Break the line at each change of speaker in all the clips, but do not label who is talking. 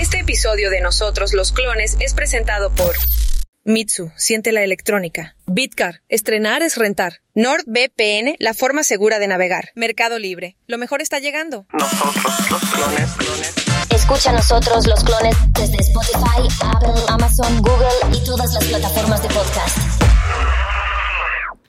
Este episodio de Nosotros los Clones es presentado por Mitsu, siente la electrónica. Bitcar, estrenar es rentar. NordVPN, la forma segura de navegar. Mercado Libre, lo mejor está llegando.
Nosotros los clones, clones.
Escucha a nosotros los clones desde Spotify, Apple, Amazon, Google y todas las plataformas de podcast.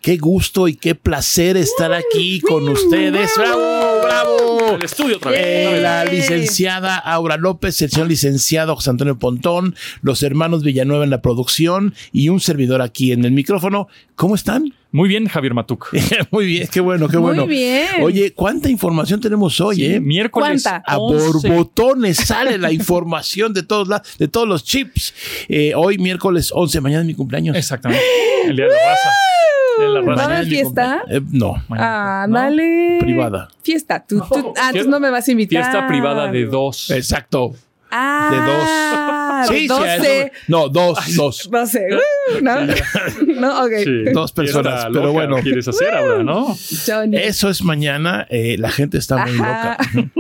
Qué gusto y qué placer estar aquí con ustedes. Mm, ¡Bravo, bravo!
El estudio otra vez.
Eh, la licenciada Aura López, el señor licenciado José Antonio Pontón, los hermanos Villanueva en la producción y un servidor aquí en el micrófono. ¿Cómo están?
Muy bien, Javier Matuk.
Muy bien, qué bueno, qué bueno.
bien.
Oye, ¿cuánta información tenemos hoy, eh?
Miércoles.
¿Cuánta?
A
11.
borbotones sale la información de todos, la- de todos los chips. Eh, hoy miércoles 11, mañana es mi cumpleaños.
Exactamente. El día de la raza. El día de la
¿Va a
raza.
haber fiesta?
Eh, no,
Ah,
¿no?
dale.
privada.
Fiesta. Tú, tú, ah,
Oh, Fiesta-
tú no me vas a invitar.
Fiesta privada de dos.
Exacto.
Ah,
de dos.
doce.
eso- no, dos, dos.
Doce. Uh, ¿No? no, ok.
Sí.
Dos personas,
Fiesta
pero
loca,
bueno.
Quieres hacer ahora, ¿no?
Johnny.
Eso es mañana. eh, la gente está muy
Ajá.
loca.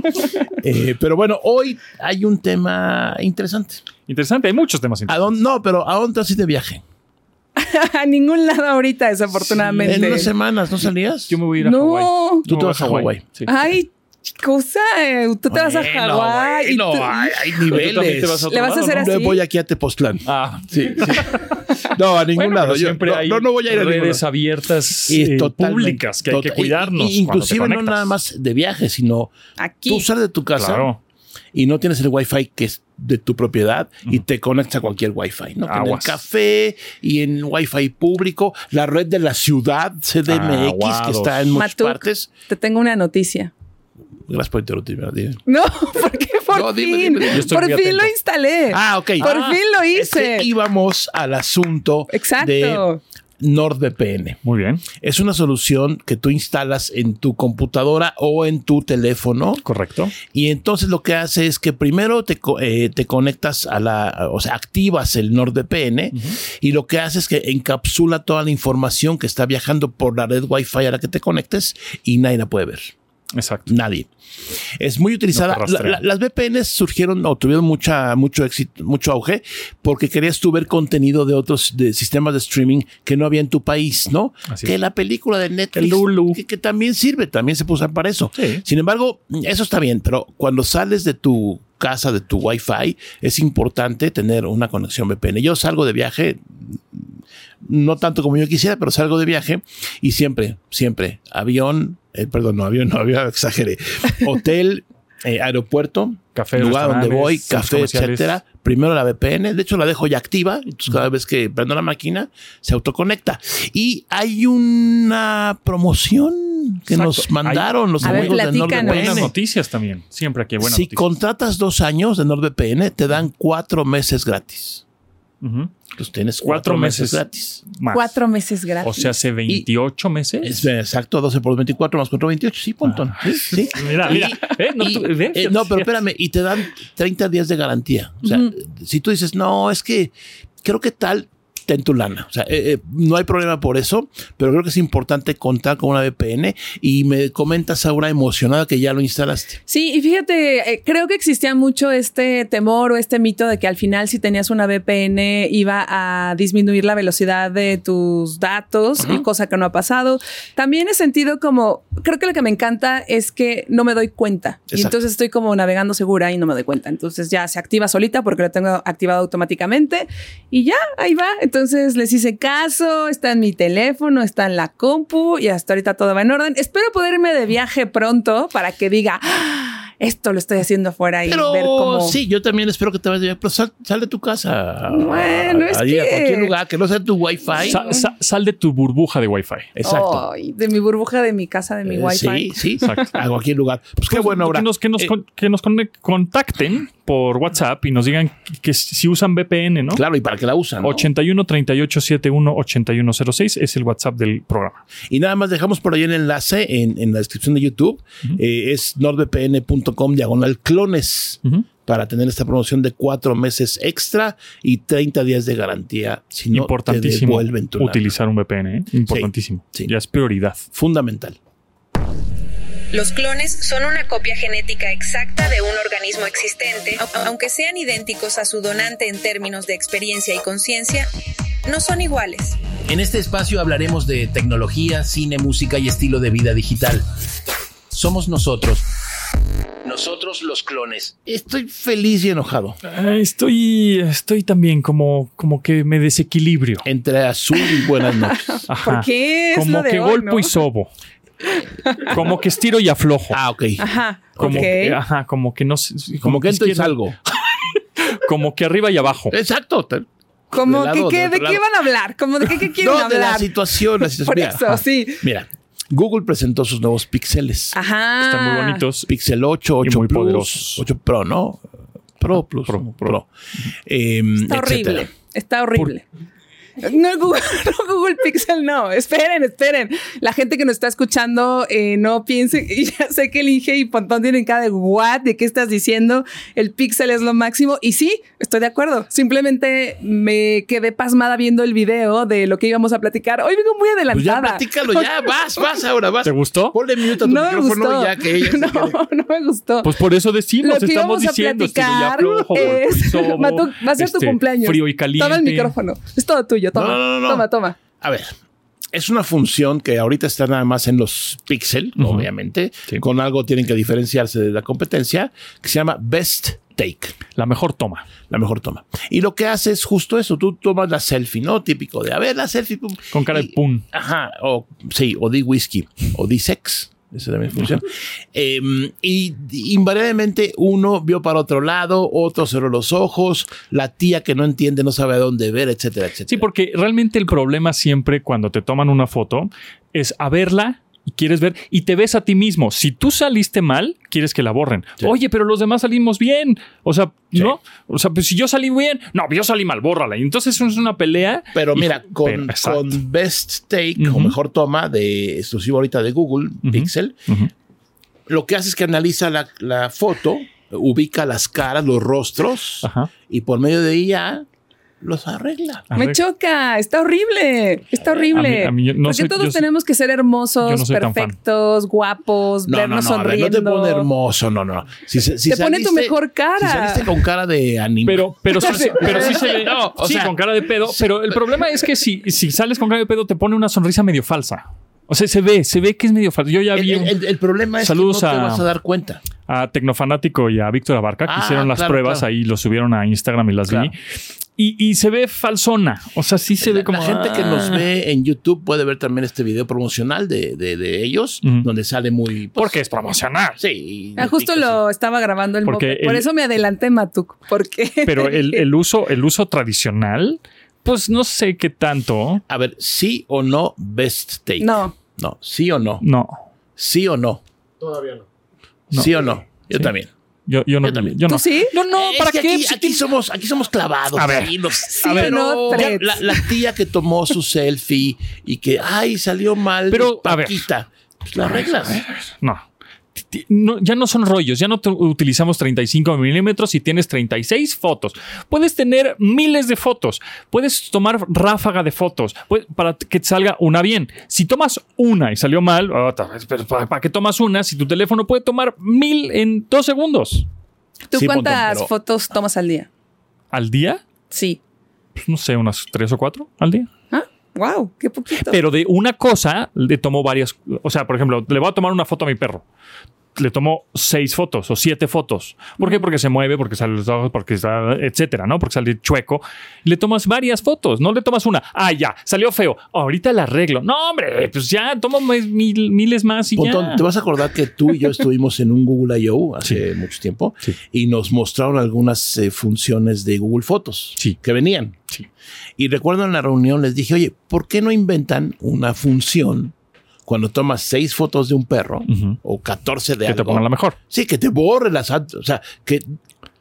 Eh, pero bueno, hoy hay un tema interesante.
Interesante. Hay muchos temas
¿A
interesantes.
dónde? No, pero ¿a dónde te vas de viaje?
A ningún lado ahorita, desafortunadamente.
En unas semanas, ¿no salías?
Yo me voy a ir a
No.
Hawái.
Tú
Me
te
voy
vas a Hawái. Ah,
Sí.
Ay, cosa. eh, Tú te vas a
Bueno,
Hawái. y
bueno,
tú-
hay, hay
Pero tú también te vas
niveles.
a otro
Le vas a
lado,
hacer
¿no?
así.
Yo voy aquí a Tepoztlán.
Ah,
Sí, sí. No, a ningún
bueno,
lado.
pero
Yo-
siempre
no,
hay
no, no voy a ir a ningún
redes
lado.
abiertas
Y
eh,
totalmente-
públicas que hay que
tota-
cuidarnos.
y- y-
cuando te
inclusive no
conectas.
nada más de viaje, sino tú
Aquí.
sales de tu casa
Claro.
y no tienes el wifi que es de tu propiedad y te conectas a cualquier wifi, ¿no? Que En el
Aguas.
café y en wifi público, la red de la ciudad CDMX que
Aguados.
está en muchas
Matuk,
partes.
Te tengo una noticia.
Gracias por interrumpirme. dime.
No, porque por
No, dime,
fin.
dime, dime.
Yo estoy
Por
muy
fin lo
atento.
instalé.
Ah, ok.
Eh, Por
Ah,
fin lo
es que
hice.
íbamos al asunto de
Exacto.
NordVPN.
Muy bien.
Es una solución que tú instalas en tu computadora o en tu teléfono.
Correcto.
Y entonces lo que hace es que primero te, co- eh, te conectas a la, o sea, activas el NordVPN y lo que hace es que encapsula toda la información que está viajando por la red Wi-Fi a la que te conectes y nadie la puede ver.
Exacto.
Nadie. Es muy utilizada.
No te rastrean.
La- la- las VPNs surgieron o tuvieron mucha, mucho éxito, mucho auge, porque querías tú ver contenido de otros de sistemas de streaming que no había en tu país, ¿no?
Así
que
es.
la película de Netflix,
El Hulu.
Que, que también sirve, también se puede usar para eso.
Sí.
Sin embargo, eso está bien, pero cuando sales de tu casa, de tu Wi-Fi, es importante tener una conexión VPN. Yo salgo de viaje, no tanto como yo quisiera, pero salgo de viaje y siempre, siempre, avión, eh, perdón, no, avión, no, avión, exageré, hotel, eh, aeropuerto,
Café,
lugar donde
restaurantes,
voy,
centros
café,
comerciales.
etcétera. Primero la VPN, de hecho la dejo ya activa, entonces cada vez que prendo la máquina se autoconecta. Y hay una promoción que
Exacto.
nos mandaron los
A ver,
amigos de
platícanos.
Buenas
NordVPN.
noticias también. Siempre aquí hay buenas
Si
noticias.
contratas dos años de NordVPN, te dan cuatro meses gratis.
Ujú.
Entonces tienes cuatro,
Cuatro
meses.
meses.
gratis.
Más.
Cuatro meses
O
gratis.
sea, hace 28 meses.
Es, eh, exacto, 12 por 24 más 4, 28. Sí, Pontón. Sí, sí.
Mira, mira. Eh, no,
Y,
tú- ve,
eh,
fíjate,
no, pero
fíjate.
espérame, y te dan 30 días de garantía. O sea, si tú dices, no, es que creo que tal, ten tu lana. O sea, eh, eh, no hay problema por eso, pero creo que es importante contar con una VPN. Y me comentas ahora emocionada que ya lo instalaste.
Sí, y fíjate, eh, creo que existía mucho este temor o este mito de que al final si tenías una VPN iba a disminuir la velocidad de tus datos, y cosa que no ha pasado. También he sentido como, creo que lo que me encanta es que no me doy cuenta. Y
Exacto.
entonces estoy como navegando segura y no me doy cuenta. Entonces ya se activa solita porque lo tengo activado automáticamente y ya, ahí va. Entonces les hice caso, está en mi teléfono, está en la compu y hasta ahorita todo va en orden. Espero poder irme de viaje pronto para que diga, "Ah, esto lo estoy haciendo afuera y
Pero
ver cómo...
sí, yo también espero que te vayas de viaje, pero sal, sal de tu casa.
Bueno, es
Ahí, a
que-
cualquier lugar, que no sea tu Wi-Fi.
Sa- sa- sal de tu burbuja de Wi-Fi.
Exacto.
Ay, de mi burbuja, de mi casa, de Oh, mi
Eh,
wifi.
Sí, sí,
Exacto.
a cualquier lugar. Pues qué bueno, ahora.
Que nos, que nos,
Eh,
con- que nos conec- contacten por WhatsApp y nos digan que, que si usan VPN, ¿no?
Claro, y para que la usan. ¿no?
81 38 71 8106 es el WhatsApp del programa.
Y nada más dejamos por ahí el enlace en, en la descripción de YouTube. Eh, es nordvpn.com diagonal clones
Ujú.
para tener esta promoción de cuatro meses extra y 30 días de garantía. Si no, te
Importantísimo
devuelven tu lana.
utilizar un VPN, ¿eh? Importantísimo.
sí.
Ya es prioridad.
Fundamental.
Los clones son una copia genética exacta de un organismo existente. Au- Aunque sean idénticos a su donante en términos de experiencia y conciencia, no son iguales.
En este espacio hablaremos de tecnología, cine, música y estilo de vida digital. Somos nosotros. Nosotros los clones.
Estoy feliz y enojado.
Ah, Estoy, estoy también como, como que me desequilibrio.
Entre azul y buenas noches.
Ajá.
¿Por qué es
Como
lo de
que
hoy,
golpo
no?
y sobo. Como que estiro y aflojo.
Ah, ok.
Ajá.
Como,
ok.
que,
ah,
ajá, como que no sé-
Como que entro y
izquierda-
salgo.
Como que arriba y abajo.
Ah.
Exacto. te-
Como
de lado,
que,
de
qué-
otro
¿De qué
lado.
van a hablar? Como ¿De qué, qué quieren
No, de la
hablar?
situación. La situación.
Por
Mira,
eso,
ajá.
sí.
Mira, Google presentó sus nuevos píxeles.
Ajá.
Están muy bonitos.
Pixel 8,
Y
8
muy
Plus,
poderosos. Ah,
8 Pro, ¿no? Pro Plus,
Pro,
Pro,
Pro.
Em,
Está horrible.
etcétera.
Está horrible. No el Google, no, Google Pixel, no. Esperen, esperen. La gente que nos está escuchando, eh, no piense. Y ya sé que el Inge y Pontón tienen cada de what, de qué estás diciendo. El Pixel es lo máximo. Y sí, estoy de acuerdo. Simplemente me quedé pasmada viendo el video de lo que íbamos a platicar. Hoy vengo muy
Pues ya
adelantada.
platícalo, ya, vas, vas ahora, vas.
¿Te gustó?
Ponle minuto a tu
No me
micrófono
gustó.
y ya que ella se
no,
quede.
no me gustó.
Pues por eso
lo
decimos,
que
estamos
íbamos a
diciendo estilo ya
platicar
aflojo, golpe y
es
sobo,
Matú, va a ser tu
este,
cumpleaños.
Frío y caliente.
Toma el micrófono. Es todo tuyo. Toma,
No, no, no, no.
toma, toma.
A ver, es una función que ahorita está nada más en los Pixel,
Ujú.
obviamente.
Sí.
Con algo tienen que diferenciarse de la competencia, que se llama Best Take.
La mejor toma.
La mejor toma. Y lo que hace es justo eso. Tú tomas la selfie, ¿no? Típico de, a ver, la selfie. pum.
Con cara de
Y-
pum.
Ajá, o sí, o di whisky, o di sex. Esa también funciona. Em, y y invariablemente uno vio para otro lado, otro cerró los ojos, la tía que no entiende no sabe a dónde ver, etcétera, etcétera.
Sí, porque realmente el problema siempre cuando te toman una foto es a verla y quieres ver y te ves a ti mismo. Si tú saliste mal, quieres que la borren.
Sí.
Oye, pero los demás salimos bien. O sea,
Sí.
¿no? O sea, pues si yo salí bien, no, yo salí mal, bórrala. Y entonces es una pelea.
Pero
Y-
mira,
pero-
con,
exacto.
con Best Take, o
Ujú.
mejor toma, de exclusivo ahorita de Google
Ujú.
Pixel,
Ujú.
lo que hace es que analiza la, la foto, ubica las caras, los rostros,
Ajá.
y por medio de ella los arregla.
Arregla.
Me choca, está horrible, está horrible.
a mí yo- no
Porque
soy-
todos
yo soy-
tenemos que ser hermosos,
yo no soy tan fan.
perfectos, guapos,
No, no,
vernos
no, a ver, no
sonriendo.
te pone hermoso, no, no. no. Si, se- si
Te pone tu mejor cara.
Si saliste con cara de anime.
Pero, pero, sí,
Sí.
pero sí se ve.
No, o
sí,
sea,
con cara de pedo. Pero el problema es que si, si sales con cara de pedo, te pone una sonrisa medio falsa. O sea, se ve, se ve que es medio falsa. Yo ya
el,
vi un-
el- el problema es
Saludos
que no te
a-
vas a dar cuenta.
a Tecnofanático y a Víctor Abarca, que
Ah,
hicieron las
claro,
pruebas
claro.
ahí, lo subieron a Instagram y las
Claro.
vi. Y, y se ve falsona. O sea, sí se
la,
ve como. "Ah",
la gente que nos ve en YouTube puede ver también este video promocional de, de- de ellos,
Ujú.
donde sale muy... pues,
Porque es promocional.
Sí.
Ah, justo lo estaba grabando el
Porque
moped. Por
el-
eso me adelanté, Matuk. Porque
Pero el, el uso, el uso tradicional, pues no sé qué tanto.
A ver, sí o no, best take.
No.
No, sí o no.
No.
Sí o no. Todavía no.
No.
Sí o no. Yo
Sí.
también.
Yo, yo no.
Yo también.
yo no.
¿Tú sí?
No, no,
Es
¿para
que
qué?
Pues,
Aquí,
Si
aquí
tienes-
somos, aquí somos clavados.
A ver.
sí, los-
o
pero
no,
ya
Fred.
la, la tía que tomó su selfie y que, ay, salió mal.
Pero, a ver.
Paquita. Pues las reglas.
No. Ti- ti- no, ya no son rollos, ya no tu- utilizamos 35 milímetros y tienes 36 fotos. Puedes tener miles de fotos, puedes tomar ráfaga de fotos pues, para que te salga una bien. Si tomas una y salió mal, otra vez, pero ¿para, para qué tomas una si tu teléfono puede tomar mil en dos segundos?
¿Tú
Sí, Pontón,
cuántas
pero-
fotos tomas al día?
¿Al día?
Sí.
Pues, no sé, unas tres o cuatro al día.
Ah, wow, qué poquito.
Pero de una cosa le tomo varias. O sea, por ejemplo, le voy a tomar una foto a mi perro. Le tomo seis fotos o siete fotos. ¿Por qué? Porque se mueve, porque sale los ojos, porque está, etcétera, ¿no? Porque sale chueco. Le tomas varias fotos, no le tomas una. Ah, ya, salió feo. Ahorita la arreglo. No, hombre, pues ya tomo mes- mil- miles más y
Pontón,
ya.
te vas a acordar que tú y yo estuvimos en un Google I.O. hace mucho tiempo
Sí.
y nos mostraron algunas eh, funciones de Google Fotos
Sí.
que venían.
Sí.
Y recuerdo en la reunión les dije, oye, ¿por qué no inventan una función cuando tomas seis fotos de un perro
Ujú.
o 14 de
Que te
algo?
pongan la mejor.
Sí, que te borre las... ad- O sea, que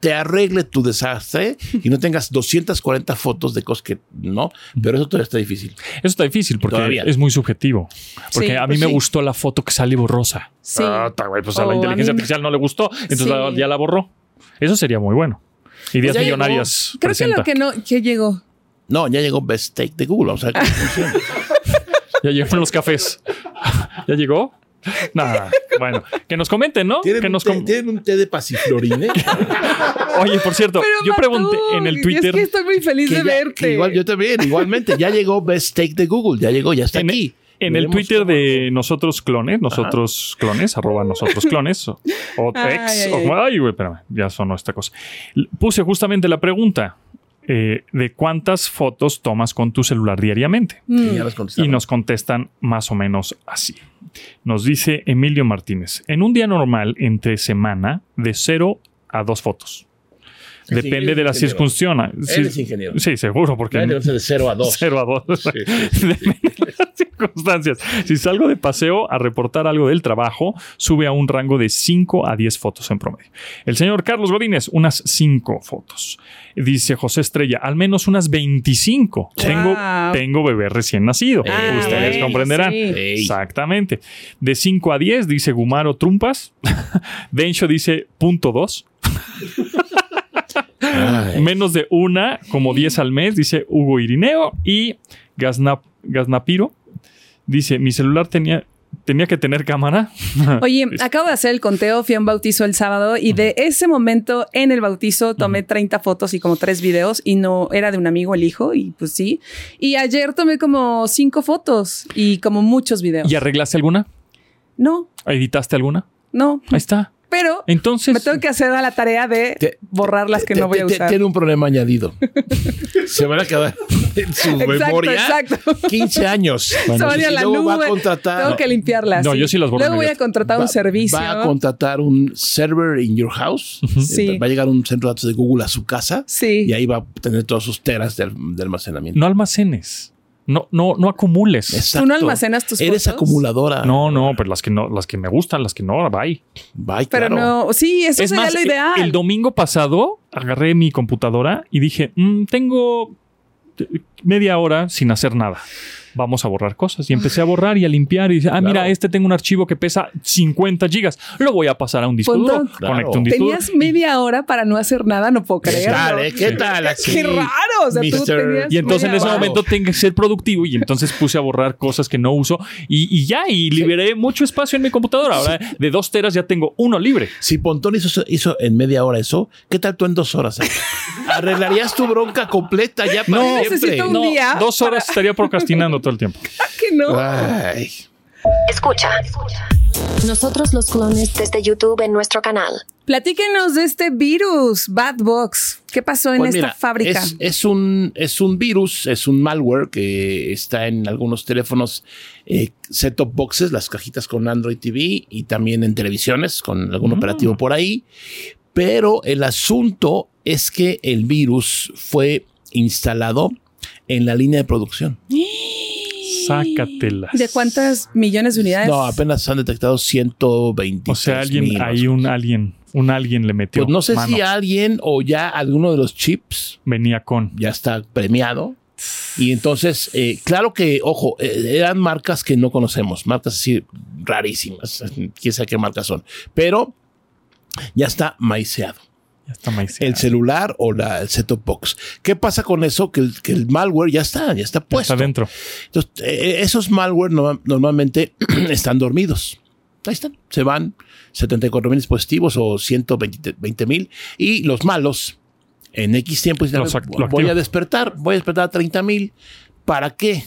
te arregle tu desastre y no tengas 240 fotos de cosas que no, pero eso todavía está difícil.
Eso está difícil porque
Todavía.
es muy subjetivo. Porque
Sí,
a mí
pues
me
sí.
gustó la foto que sale borrosa.
Sí.
Ah, ta, güey, pues a
O
la
a
inteligencia
mí me-
artificial no le gustó, entonces
Sí. Pues
la- ya la borró. Eso sería muy bueno. Ideas
ya llegó.
millonarias.
Creo que
presenta.
lo que no, que llegó.
No, ya llegó Best Take de Google. Vamos a ver cómo funciona.
Ya llegaron los cafés. ¿Ya llegó? Nada. Bueno, que nos comenten, ¿no?
¿Tienen,
Que
un
nos
té,
com-
tienen un té de pasiflorine?
Oye, por cierto,
Pero,
yo
Matú,
pregunté en el
Es
Twitter.
que estoy muy feliz
Que
de
ya-
verte.
que igual, yo también, igualmente. Ya llegó Best Take de Google, ya llegó, ya está
En-
aquí.
En el
Veremos
Twitter
cómo-
de nosotros clones, nosotros clones, arroba nosotros clones, o, o
Ay,
ex,
ay,
o- ay, güey, espérame, ya sonó esta cosa. L- Puse justamente la pregunta eh, de cuántas fotos tomas con tu celular diariamente.
Mm.
Y ya las
Y
contestaron.
nos contestan más o menos así. Nos dice Emilio Martínez, en un día normal, entre semana, de cero a dos fotos.
Sí,
Depende
él
de la
es ingeniero.
circunstancia.
Él es ingeniero.
Sí, seguro, porque...
Ya debe ser de 0 a 2.
Cero a dos.
Sí, sí, sí.
Depende de las circunstancias. Si salgo de paseo a reportar algo del trabajo, sube a un rango de 5 a 10 fotos en promedio. El señor Carlos Godínez, unas 5 fotos. Dice José Estrella, al menos unas 25. Tengo,
Wow.
tengo bebé recién nacido.
Ah,
Ustedes
güey,
comprenderán.
sí.
Ey.
Exactamente. De 5 a 10, dice Gumaro Trumpas. Dencho dice punto 2.
Ay.
Menos de una, como 10 al mes, dice Hugo Irineo. Y Gazna- Gaznapiro dice: Mi celular tenía, tenía que tener cámara.
Oye, acabo de hacer el conteo, fui a un bautizo el sábado y de ese momento en el bautizo tomé 30 fotos y como tres videos y no era de un amigo el hijo y pues sí. Y ayer tomé como cinco fotos y como muchos videos.
¿Y arreglaste alguna?
No,
¿Editaste alguna?
no,
Ahí está.
pero
Entonces.
me tengo que hacer a la tarea de
Te-
borrar las que no voy a
Te- te-
usar.
Tiene un problema añadido. Se van a quedar en su
Exacto,
memoria.
exacto.
15 años.
Se van a ir a
y
la
luego va
nube.
a contratar.
Tengo que limpiarlas.
No, yo sí las borro
Luego voy a
inmediato.
contratar
va-
un servicio.
Va a contratar un server in your house. Eh,
Sí.
Va a llegar un centro de datos de Google a su casa.
Sí.
Y ahí va a tener todos sus teras de, de almacenamiento.
No almacenes. No, no, no acumules.
Exacto.
¿Tú no almacenas tus
Eres
fotos?
acumuladora.
No, no, pero las que no, las que me gustan, las que no, bye.
Bye,
pero
claro.
no, sí, eso
es
sería
más, e-,
lo ideal.
el domingo pasado agarré mi computadora y dije, "Mm, tengo eh, media hora sin hacer nada. Vamos a borrar cosas. Y empecé a borrar y a limpiar. Y dije, ah,
Claro.
mira, este tengo un archivo que pesa 50 gigas. Lo voy a pasar a un disco
Punto.
duro.
Claro.
Conecto un disco duro.
Tenías media hora para no hacer nada, no puedo
¿Qué
creerlo.
tal, eh? ¿Qué tal? Así,
Qué raro. O sea, tú
Mr.
tenías
Y entonces en
media
ese
hora.
momento tengo que ser productivo y entonces puse a borrar cosas que no uso y, y ya, y liberé mucho espacio en mi computadora. Ahora de dos teras ya tengo uno libre.
Si Pontón hizo, eso- hizo en media hora eso, ¿qué tal tú en dos horas? eh? Arreglarías tu bronca completa ya para
No.
siempre.
Necesito un- día
dos horas estaría procrastinando todo el tiempo.
que no.
Ay.
Escucha. Nosotros los clones desde YouTube en nuestro canal.
Platíquenos de este virus, Bad Box. ¿Qué pasó en
Pues
esta
mira,
fábrica?
Es, es un, es un virus, es un malware que está en algunos teléfonos eh, set-top boxes, las cajitas con Android TV y también en televisiones con
Mm.
algún operativo por ahí. Pero el asunto es que el virus fue instalado en la línea de producción.
Sácatelas.
¿De cuántas millones de unidades?
No, apenas han detectado 120.
O sea, alguien, hay un alguien, un alguien le metió.
Pues no sé
mano.
si alguien o ya alguno de los chips
venía con.
ya está premiado. Y entonces, eh, claro que, ojo, eh, eran marcas que no conocemos, marcas así rarísimas, quién sabe qué marcas son, pero ya está maiseado.
Ya está maiciada.
El celular o la, el set-top box. ¿Qué pasa con eso? Que el, que el malware ya está, ya está
Ya
puesto.
Está adentro.
Entonces, eh, esos malware no- normalmente están dormidos. Ahí están, se van 74 mil dispositivos o 120 mil y los malos en X tiempo dicen,
Los
"A ver,
act- lo
voy
activan".
a despertar, voy a despertar a 30 mil. ¿Para qué?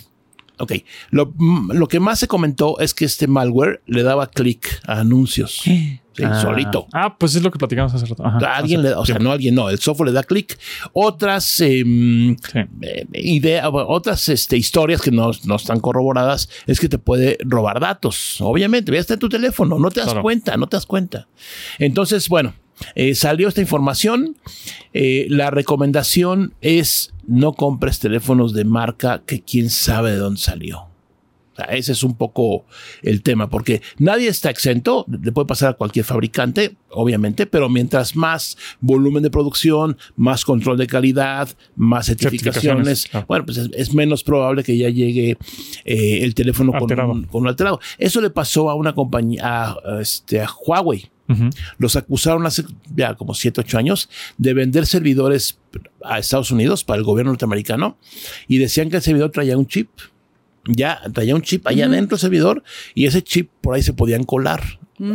Ok, lo, mm, lo que más se comentó es que este malware le daba clic a anuncios. Sí,
Ah.
solito.
Ah, pues es lo que platicamos hace rato. Ajá.
A alguien
Hace-
le da- o sea, no alguien, no, el software le da clic. Otras em,
Sí.
eh, idea, bueno, otras este, historias que no, no están corroboradas es que te puede robar datos. Obviamente, ya está en tu teléfono, no te das
Claro.
cuenta, no te das cuenta. Entonces, bueno, eh, salió esta información. Eh, la recomendación es no compres teléfonos de marca que quién sabe de dónde salió. O sea, ese es un poco el tema, porque nadie está exento, le puede pasar a cualquier fabricante, obviamente, pero mientras más volumen de producción, más control de calidad, más certificaciones,
Certificaciones, claro.
bueno, pues es, es menos probable que ya llegue eh, el teléfono con
Alterado.
un, con un alterado. Eso le pasó a una compañía, a, este, a Huawei.
Ujú.
Los acusaron hace ya como 7, 8 años de vender servidores a Estados Unidos para el gobierno norteamericano y decían que el servidor traía un chip. ya traía un chip allá adentro el servidor y ese chip por ahí se podían colar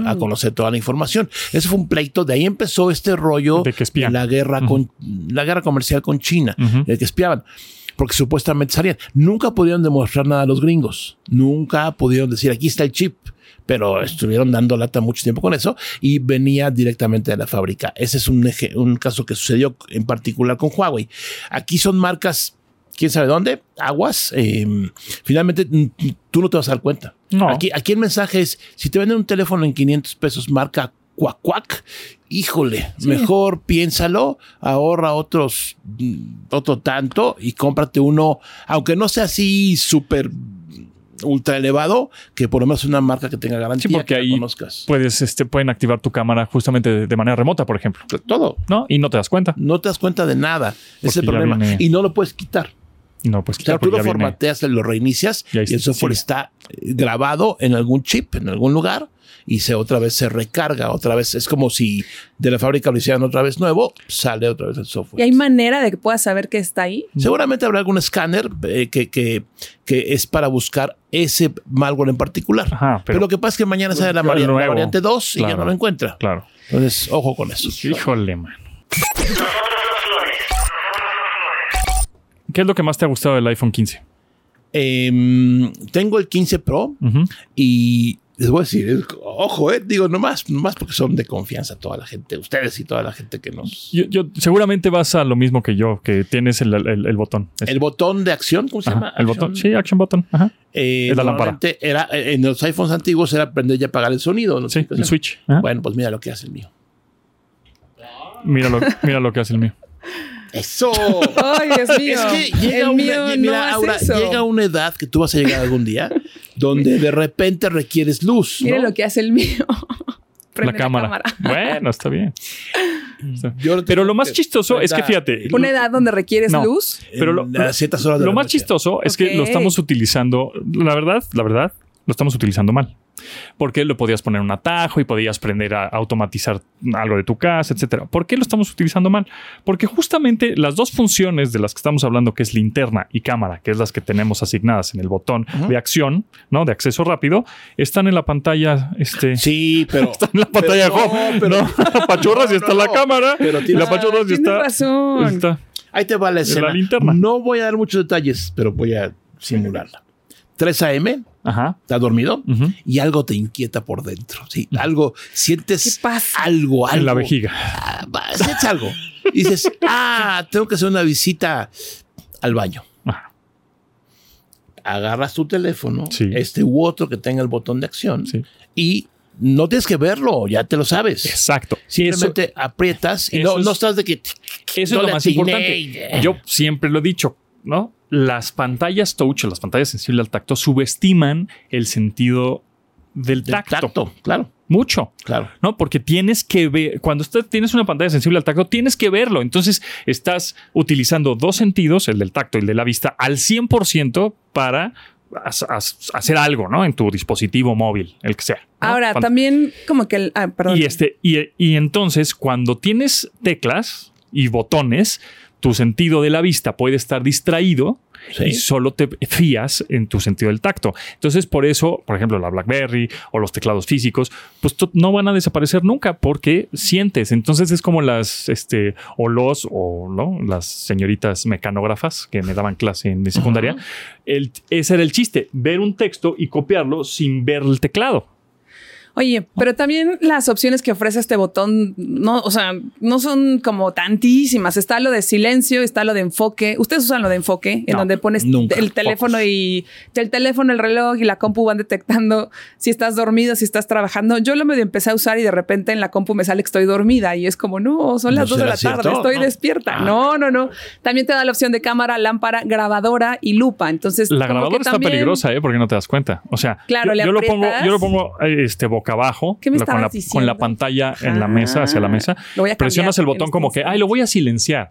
a conocer toda la información. Eso fue un pleito, de ahí empezó este rollo
De que espían.
la guerra con la guerra comercial con China,
Ujú.
de que espiaban. Porque supuestamente salían. Nunca pudieron demostrar nada a los gringos. Nunca pudieron decir, aquí está el chip. Pero estuvieron dando lata mucho tiempo con eso y venía directamente de la fábrica. Ese es un, eje- un caso que sucedió en particular con Huawei. Aquí son marcas, quién sabe dónde, aguas. eh, finalmente, mm, tú no te vas a dar cuenta.
No.
Aquí, aquí el mensaje es, si te venden un teléfono en 500 pesos marca cuac cuac, híjole, mejor piénsalo, ahorra otros mm, otro tanto y cómprate uno, aunque no sea así súper mm, ultra elevado, que por lo menos una marca que tenga garantía
Sí,
que
porque
la
ahí
conozcas.
puedes, este, pueden activar tu cámara justamente de, de manera remota, por ejemplo.
Todo.
¿No? Y no te das cuenta.
No te das cuenta de nada. Ese es el
Porque ya
problema.
viene-
Y no lo puedes quitar.
No, pues
O sea,
claro,
tú
porque
lo
ya viene-
formateas, lo reinicias
Y
y,
ahí
el
está,
software
sí.
está eh, grabado en algún chip, en algún lugar, y se otra vez se recarga, otra vez. Es como si de la fábrica lo hicieran otra vez nuevo, sale otra vez el software.
¿Y hay manera de que puedas saber que está ahí?
Mm.
Seguramente habrá algún escáner eh, que, que, que es para buscar ese malware en particular.
Ajá,
pero,
pero-
lo que pasa es que mañana sale la,
El
vari- la
nuevo.
variante 2 y ya
Claro.
no lo encuentra.
Claro.
Entonces, ojo con eso.
Híjole, man. ¿Qué es lo que más te ha gustado del iPhone 15?
Em, tengo el 15 Pro.
Ujú.
Y les voy a decir, es- ojo, eh, digo, nomás, nomás porque son de confianza toda la gente, ustedes y toda la gente que nos...
yo, yo- seguramente vas a lo mismo que yo, que tienes el, el- el botón. Este.
El botón de acción, ¿cómo se
Ajá,
llama?
el botón. Sí, action button. Ajá.
Eh,
es la
normalmente era, eh, en los iPhones antiguos era aprender y apagar el sonido. ¿no?
Sí, el
Entonces,
switch. Ajá.
Bueno, pues mira lo que hace el mío.
Mira, lo, mira lo que hace el mío.
¡Eso!
Ay, Dios mío.
es que llega,
El
una,
mío
lle-
no
mira,
hace
Aura,
eso.
llega una edad que tú vas a llegar algún día donde de repente requieres luz.
Mire
¿no?
lo que hace el mío. Prende
La cámara. Bueno, está bien. Está-
Yo no
Pero
tengo
lo más
que-
chistoso es que
¿verdad?
fíjate.
Una edad donde requieres
No.
luz.
Pero lo-
En las ciertas horas de
Lo
la
más
noche.
chistoso es que lo
Ok.
estamos utilizando, la verdad, la verdad, lo estamos utilizando mal. Porque lo podías poner un atajo y podías aprender a automatizar algo de tu casa, etcétera. ¿Por qué lo estamos utilizando mal? Porque justamente las dos funciones de las que estamos hablando, que es linterna y cámara, que es las que tenemos asignadas en el botón de acción, ¿no? De acceso rápido, están en la pantalla, este.
Sí, pero...
Está en la pantalla de
Pero no,
home.
pero-
no, pachurras y está
No, no,
la cámara.
pero
y
tienes-
la pachurras y
Tienes
está.
razón.
está-
Ahí te va la escena.
linterna.
No voy a dar muchos detalles, pero voy a simularla. 3 a.m.,
Ajá.
estás dormido
Ujú.
y algo te inquieta por dentro. Sí, algo, sientes
¿Qué pasa?
algo, algo.
En la vejiga.
Ah, va, sientes algo. Y dices, ah, tengo que hacer una visita al baño.
Ajá.
Agarras tu teléfono,
Sí.
este u otro que tenga el botón de acción
Sí.
y no tienes que verlo, ya te lo sabes.
Exacto. Eso-
Simplemente aprietas y
eso
no,
es-
no estás de que...
Eso
No
es
le
lo más
atiné.
importante. Yo siempre lo he dicho, ¿no? Las pantallas touch, las pantallas sensibles al tacto, subestiman el sentido del
del
tacto,
tacto. Claro,
mucho.
claro.
¿No? Porque tienes que ver, cuando usted tienes una pantalla sensible al tacto, tienes que verlo. Entonces estás utilizando dos sentidos, el del tacto y el de la vista, al 100% para as- as- hacer algo, ¿no? En tu dispositivo móvil, el que sea. ¿no?
Ahora,
Pan-
también como que el. Ah, perdón.
Ah, y este, y, y entonces, cuando tienes teclas y botones, tu sentido de la vista puede estar distraído
Sí.
y solo te fías en tu sentido del tacto. Entonces, por eso, por ejemplo, la BlackBerry o los teclados físicos, pues to- no van a desaparecer nunca porque sientes. Entonces es como las, este, o los, o ¿no? las señoritas mecanógrafas que me daban clase en mi secundaria. El- ese era el chiste, ver un texto y copiarlo sin ver el teclado.
Oye, pero también las opciones que ofrece este botón, no, o sea, no son como tantísimas. Está lo de silencio, está lo de enfoque. Ustedes usan lo de enfoque, en
No,
donde pones
nunca.
el teléfono
Pocos.
y el teléfono, el reloj y la compu van detectando si estás dormido, si estás trabajando. Yo lo medio empecé a usar y de repente en la compu me sale que estoy dormida y es como, no, son
¿No
las dos de
será
la tarde,
cierto?
estoy
No.
despierta.
Ah.
No, no, no. También te da la opción de cámara, lámpara, grabadora y lupa. Entonces,
La
como que
grabadora está
también-
peligrosa, ¿eh? Porque no te das cuenta. O sea,
Claro,
yo,
le
yo lo pongo,
aprietas.
yo lo pongo eh, este, boca abajo
¿Qué me
la- con, la,
estabas
con la
diciendo? Ah,
pantalla en la mesa, hacia la mesa.
Lo voy a cambiar
Presionas el
porque
botón
los
como que,
tienes
ay, lo voy a silenciar.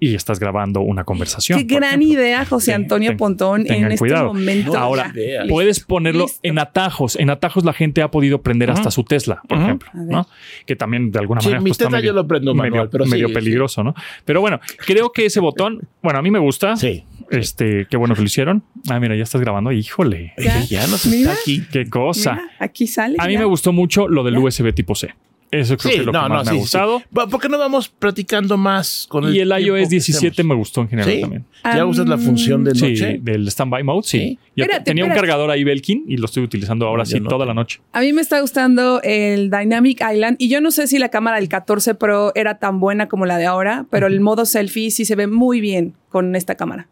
y estás grabando una conversación.
Qué
por
gran
ejemplo.
idea, José
Ten-
Antonio
ten-
Pontón, en
tengan
este
cuidado.
momento.
Ahora,
idea.
Puedes ponerlo
Listo.
en atajos. En atajos la gente ha podido prender
Ajá.
hasta su Tesla, por
Ajá.
ejemplo,
A ver.
¿no? Que también de alguna
Sí,
manera
mi
pues, está
Tesla yo lo prendo manual,
medio-
pero sí,
medio
sí.
peligroso, ¿no? Pero bueno, creo que ese botón, bueno, a mí me gusta.
Sí.
Este, qué bueno que lo hicieron. Ah, mira, ya estás grabando. Híjole,
Ya.
Ya nos
Mira.
está aquí.
qué cosa.
Mira, aquí sale.
a mí
ya.
me gustó mucho lo del USB tipo C. Eso creo que es lo que más me ha gustado.
Va, ¿Por qué no vamos platicando más con
Y el
tiempo
iOS
que
17
estemos?
me gustó en general
Sí.
también.
¿Ya usas
Ah,
la función de
Sí,
noche?
del standby mode, sí.
Sí.
Yo te-
Espérate,
tenía un
espérate.
cargador ahí Belkin y lo estoy utilizando ahora
Yo
sí
no tengo.
toda la noche.
A mí me está gustando el Dynamic Island y yo no sé si la cámara del 14 Pro era tan buena como la de ahora, pero el modo selfie sí se ve muy bien con esta cámara.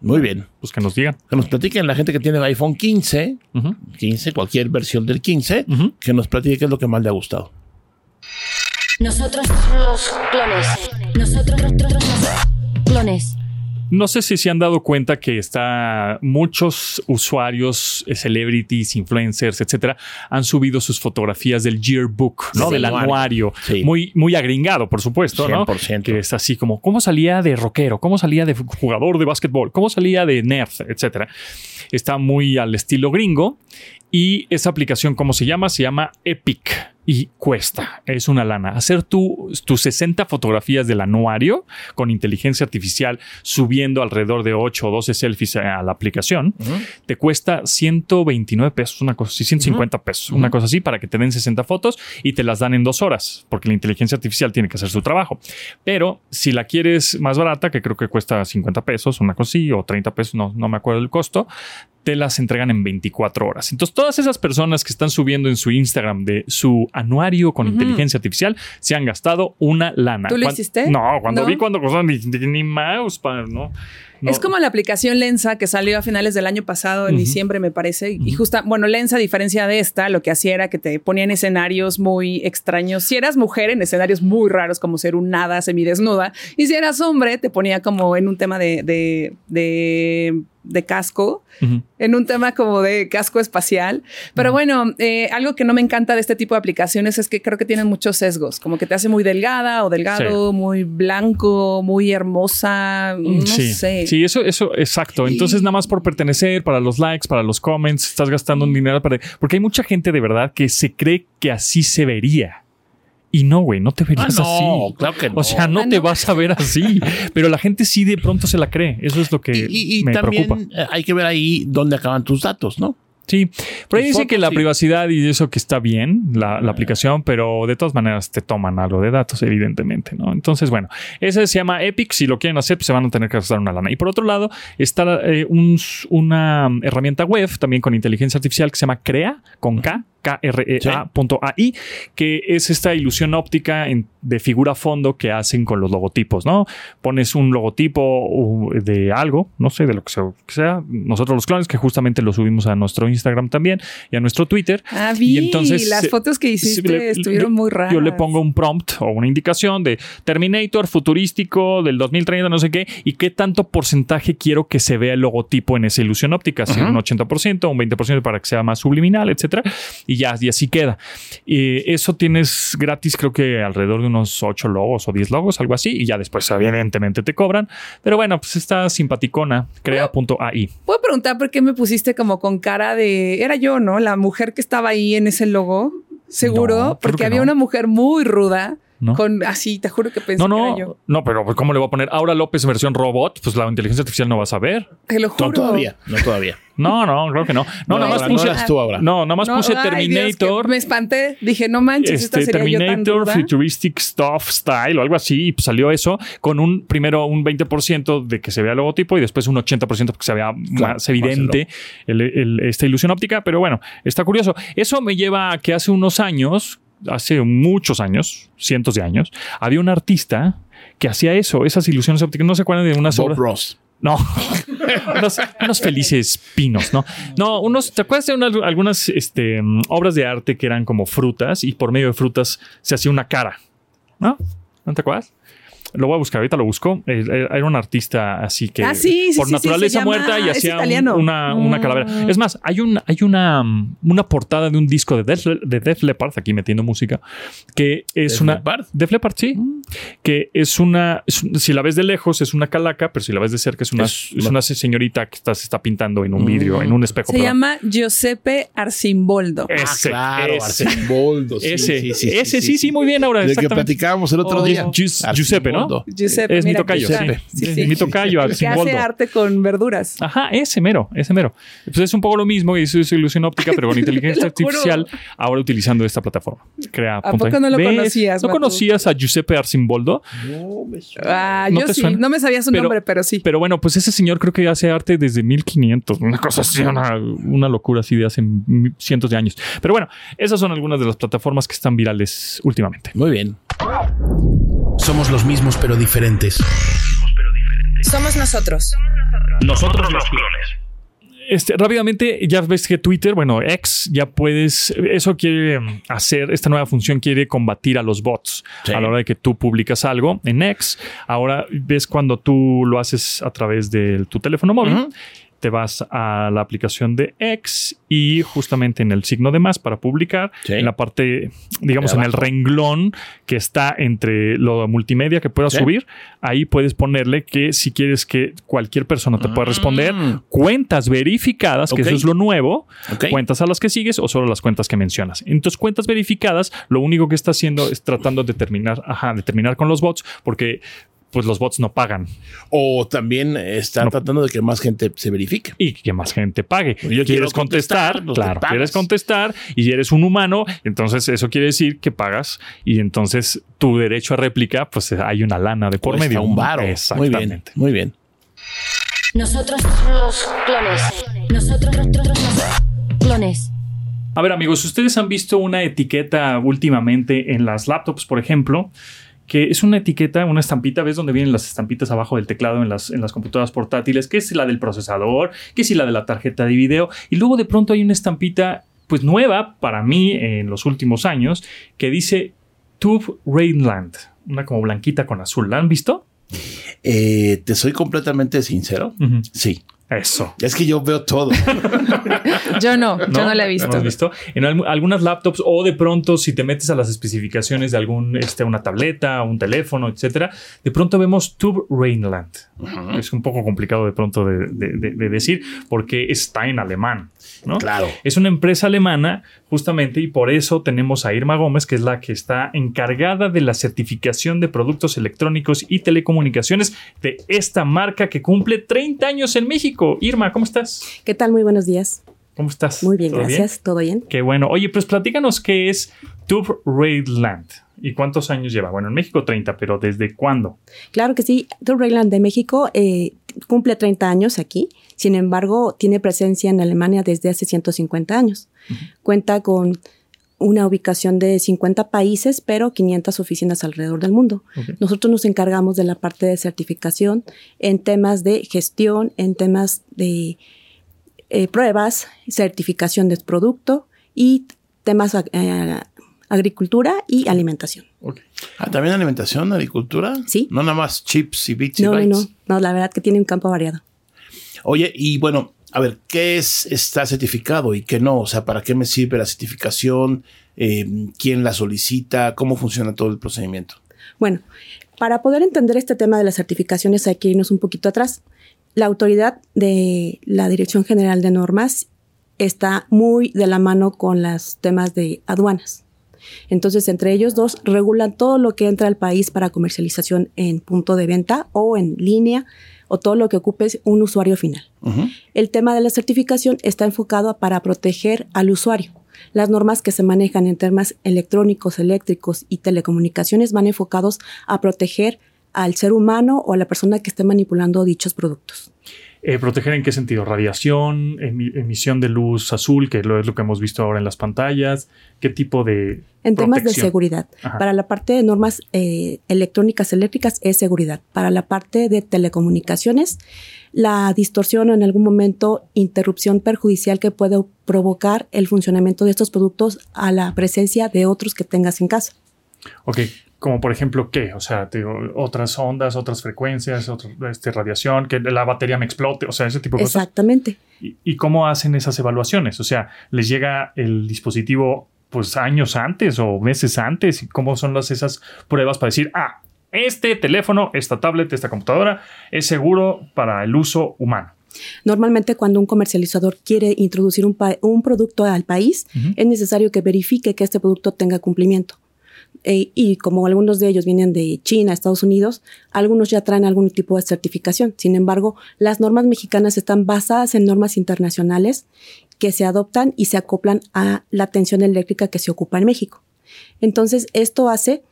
Muy bien.
Pues que nos digan.
Que nos platiquen la gente que tiene iPhone 15,
Ujú.
15, cualquier versión del 15,
Ujú.
que nos platique qué es lo que más le ha gustado.
Nosotros los clones. Nosotros los clones.
No sé si se han dado cuenta que está muchos usuarios, eh, celebrities, influencers, etcétera, han subido sus fotografías del yearbook, ¿no?
Sí.
del anuario.
Sí.
Muy, muy agringado, por supuesto, ¿no?
100%.
Que es así como, ¿cómo salía de rockero? ¿Cómo salía de jugador de básquetbol? ¿Cómo salía de nerd? Etcétera. Está muy al estilo gringo. Y esa aplicación, ¿cómo se llama? Se llama Epic. Y cuesta, es una lana. Hacer tu- tus 60 fotografías del anuario con inteligencia artificial, subiendo alrededor de 8 o 12 selfies a la aplicación, te cuesta 129 pesos, una cosa así, 150 pesos, una cosa así, para que te den 60 fotos y te las dan en dos horas, porque la inteligencia artificial tiene que hacer su trabajo. Pero si la quieres más barata, que creo que cuesta 50 pesos, una cosa así, o 30 pesos, no, no me acuerdo el costo, te las entregan en 24 horas. Entonces, todas esas personas que están subiendo en su Instagram de su anuario con inteligencia artificial se han gastado una lana.
¿Tú lo
Cuan-
hiciste?
No, cuando
¿No?
vi cuando costaron ni, ni- ni mouse, pa- no, no.
Es como la aplicación Lensa que salió a finales del año pasado, en
Ujú.
diciembre me parece, y justa, bueno, Lensa, a diferencia de esta, lo que hacía era que te ponían escenarios muy extraños. Si eras mujer, en escenarios muy raros, como ser un nada semidesnuda, y si eras hombre, te ponía como en un tema de, de, de, de casco,
Ujú.
en un tema como de casco espacial. Pero bueno, eh, algo que no me encanta de este tipo de aplicaciones es que creo que tienen muchos sesgos, como que te hace muy delgada o delgado, muy blanco, muy hermosa, no
Mm, sí,
sé.
sí, eso, eso, exacto. Entonces, nada más por pertenecer, para los likes, para los comments, estás gastando un dinero para. Porque hay mucha gente de verdad que se cree que así se vería. Y no, güey, no te
Ah,
verías
no,
así.
claro que no.
O sea, no
Ah,
te
no.
vas a ver así. Pero la gente sí de pronto se la cree. Eso es lo que
y y- y
me
también
preocupa.
eh, hay que ver ahí dónde acaban tus datos, ¿no?
Sí. Por ahí
Tus
dice que
fotos,
la
sí. Ah.
privacidad y eso que está bien, la, la aplicación, pero de todas maneras te toman algo de datos, evidentemente, ¿no? Entonces, bueno, ese se llama Epic. Si lo quieren hacer, pues se van a tener que gastar una lana. Y por otro lado, está la- eh, un- una herramienta web también con inteligencia artificial que se llama Crea, con K, E KREA.ai, que es esta ilusión óptica en- de figura a fondo que hacen con los logotipos, ¿no? Pones un logotipo uh, de algo, no sé, de lo que sea, que sea. nosotros los clones, que justamente lo subimos a nuestro Instagram también y a nuestro Twitter.
Ah, vi.
Y entonces
las
se-
fotos que hiciste
Sí, le-
estuvieron
yo-
muy raras.
Yo le pongo un prompt o una indicación de Terminator futurístico del 2030, no sé qué, y qué tanto porcentaje quiero que se vea el logotipo en esa ilusión óptica, si un 80%, un 20% para que sea más subliminal, etcétera, y ya, y así queda. Eh, eso tienes gratis, creo que alrededor de unos 8 logos o 10 logos, algo así, y ya después, evidentemente, te cobran. Pero bueno, pues está simpaticona, crea.ai.
Puedo preguntar por qué me pusiste como con cara de. Era yo, ¿no? La mujer que estaba ahí en ese logo. Seguro,
No, creo que
porque había
no.
una mujer muy ruda.
No.
Con así, te juro que pensé
No,
que era yo.
no, no, pero pues, ¿cómo le voy a poner Aura López versión robot? Pues la inteligencia artificial no va a saber.
Te lo
No
juro.
todavía, no todavía.
No, no, creo que no. No, nada más
ahora,
puse.
no eras tú ahora.
No, nada más
No,
puse
ay, Dios, que
Terminator.
me espanté. Dije, no manches,
este,
esta sería yo
Terminator
tan ruda.
Futuristic Stuff Style o algo así, y pues salió eso con un primero un 20% de que se vea el logotipo y después un 80% que se vea más
más
evidente el- el- esta ilusión óptica, pero bueno, está curioso. Eso me lleva a que hace unos años, hace muchos años, cientos de años, había un artista que hacía eso, esas ilusiones ópticas, no se acuerdan de unas
Bob
obras-
Ross.
no. unos, unos felices pinos, ¿no? No, unos. ¿Te acuerdas de unas- algunas este, mm, obras de arte que eran como frutas y por medio de frutas se hacía una cara? ¿No? ¿No te acuerdas? Lo voy a buscar, ahorita lo busco. Eh, eh, Era un artista así que
Ah, sí, sí,
por
sí, sí,
naturaleza
se llama-
muerta y
es
hacía un-
italiano. Mm.
una, una calavera. Es más, hay, un, hay una, mm, una portada de un disco de Def, de Def Leppard, aquí metiendo música, que es
¿Def
una...
Leppard?
Def Leppard, sí. Que es una... es un- si la ves de lejos es una calaca, pero si la ves de cerca es una,
Es
es, una señorita que está, se está pintando en un vidrio, en un espejo.
Se
perdón.
llama Giuseppe Arcimboldo.
Ese,
Ah, claro,
ese.
Arcimboldo. sí,
Ese,
sí, sí,
ese sí, sí, muy bien, Ahora
Del que
exactamente.
platicábamos el otro
Oh.
día.
Gius- Giuseppe, ¿no?
Arcimboldo.
Giuseppe.
es mi
mira,
tocayo,
aquí está.
Giuseppe.
Sí,
Mi
sí.
tocayo,
Que hace
Arcimboldo.
arte con verduras.
Ajá, ese mero, ese mero. Pues es un poco lo mismo que hizo su ilusión óptica, pero con inteligencia
Te lo juro.
artificial, ahora utilizando esta plataforma. Crea
¿A poco no lo conocías,
¿No
Matu?
conocías a Giuseppe Arcimboldo?
Ah,
¿No
yo
te
sí.
suena?
No me sabía su
Pero-
nombre, pero sí.
Pero bueno, pues ese señor creo que hace arte desde 1500, una cosa así, una, una locura así de hace mi- cientos de años. Pero bueno, esas son algunas de las plataformas que están virales últimamente.
Muy bien.
Somos los mismos pero diferentes.
Somos nosotros.
Nosotros los clones.
Este, rápidamente, ya ves que Twitter, bueno, ex, ya puedes, eso quiere mm, hacer, esta nueva función quiere combatir a los bots.
Sí.
A la hora de que tú publicas algo en ex, ahora ves cuando tú lo haces a través de tu teléfono móvil. Te vas a la aplicación de X y justamente en el signo de más para publicar,
Sí.
en la parte, digamos,
De
en el
abajo.
renglón que está entre lo multimedia que puedas
Sí.
subir, ahí puedes ponerle que si quieres que cualquier persona te
Mm.
pueda responder, cuentas verificadas, que
Ok.
eso es lo nuevo,
Ok.
cuentas a las que sigues o solo las cuentas que mencionas. En tus cuentas verificadas, lo único que está haciendo es tratando de terminar, ajá, de terminar con los bots, porque pues los bots no pagan
O también están
No.
tratando de que más gente se verifique.
y que más gente pague.
Yo quiero
quieres contestar,
contestar, pues, te
claro,
pagas.
quieres contestar y eres un humano, entonces eso quiere decir que pagas y entonces tu derecho a réplica, pues hay una lana de por
Cuesta
medio.
un varo. Muy
Exactamente.
bien. Muy bien.
Nosotros los clones. Nosotros los clones.
A ver, amigos, ustedes han visto una etiqueta últimamente en las laptops, por ejemplo, que es una etiqueta, una estampita, ¿ves dónde vienen las estampitas abajo del teclado en las, en las computadoras portátiles? Que es la del procesador, que es la de la tarjeta de video, y luego de pronto hay una estampita, pues nueva para mí en los últimos años, que dice Tube Rainland, una como blanquita con azul. ¿La han visto?
Eh, Te soy completamente sincero.
Ujú.
Sí.
Eso.
Es que yo veo todo.
Yo no, yo no la he
¿No
visto.
has visto? En al- algunas laptops o de pronto si te metes a las especificaciones de algún este una tableta, un teléfono, etcétera, de pronto vemos Tube Rainland. Es un poco complicado de pronto de, de- de- de decir porque está en alemán, ¿no?
Claro.
Es una empresa alemana, justamente, y por eso tenemos a Irma Gómez, que es la que está encargada de la certificación de productos electrónicos y telecomunicaciones de esta marca que cumple 30 años en México. Irma, ¿cómo estás?
¿Qué tal? Muy buenos días.
¿Cómo estás?
Muy bien,
¿Todo
gracias. ¿Todo bien?
Qué bueno. Oye, pues platícanos qué es Tube Raidland y cuántos años lleva. Bueno, en México 30, pero ¿desde cuándo?
Claro que sí. Tour Rayland de México eh, cumple 30 años aquí. Sin embargo, tiene presencia en Alemania desde hace 150 años. Cuenta con una ubicación de 50 países, pero 500 oficinas alrededor del mundo.
Ok.
Nosotros nos encargamos de la parte de certificación en temas de gestión, en temas de eh, pruebas, certificación de producto y temas ag- eh, agricultura y alimentación.
Ah, también alimentación, agricultura.
Sí.
No nada más chips y bits
No,
y
no,
bytes.
no, no, la verdad que tiene un campo variado.
Oye, y bueno, a ver, ¿qué es está certificado y qué no? O sea, ¿para qué me sirve la certificación? Eh, ¿Quién la solicita? ¿Cómo funciona todo el procedimiento?
Bueno, para poder entender este tema de las certificaciones hay que irnos un poquito atrás. La autoridad de la Dirección General de Normas está muy de la mano con los temas de aduanas. Entonces, entre ellos dos regulan todo lo que entra al país para comercialización en punto de venta o en línea o todo lo que ocupe un usuario final.
Ujú.
El tema de la certificación está enfocado para proteger al usuario. Las normas que se manejan en temas electrónicos, eléctricos y telecomunicaciones van enfocados a proteger al ser humano o a la persona que esté manipulando dichos productos.
Eh, ¿Proteger en qué sentido? ¿Radiación? Emi- ¿Emisión de luz azul? Que lo- es lo que hemos visto ahora en las pantallas. ¿Qué tipo de.?
En temas de
protección?
seguridad,
Ajá.
para la parte de normas eh, electrónicas, eléctricas es seguridad. Para la parte de telecomunicaciones, la distorsión o en algún momento interrupción perjudicial que puede provocar el funcionamiento de estos productos a la presencia de otros que tengas en casa.
Ok. Como por ejemplo, ¿qué? O sea, te digo, otras ondas, otras frecuencias, otra este, radiación, que la batería me explote, o sea, ese tipo de cosas.
Exactamente.
¿Y, y cómo hacen esas evaluaciones? O sea, ¿les llega el dispositivo pues años antes o meses antes? ¿Y cómo son las, esas pruebas para decir, ah, este teléfono, esta tablet, esta computadora es seguro para el uso humano?
Normalmente cuando un comercializador quiere introducir un, pa- un producto al país,
Ujú.
es necesario que verifique que este producto tenga cumplimiento. E- y como algunos de ellos vienen de China, Estados Unidos, algunos ya traen algún tipo de certificación. Sin embargo, las normas mexicanas están basadas en normas internacionales que se adoptan y se acoplan a la tensión eléctrica que se ocupa en México. Entonces, esto hace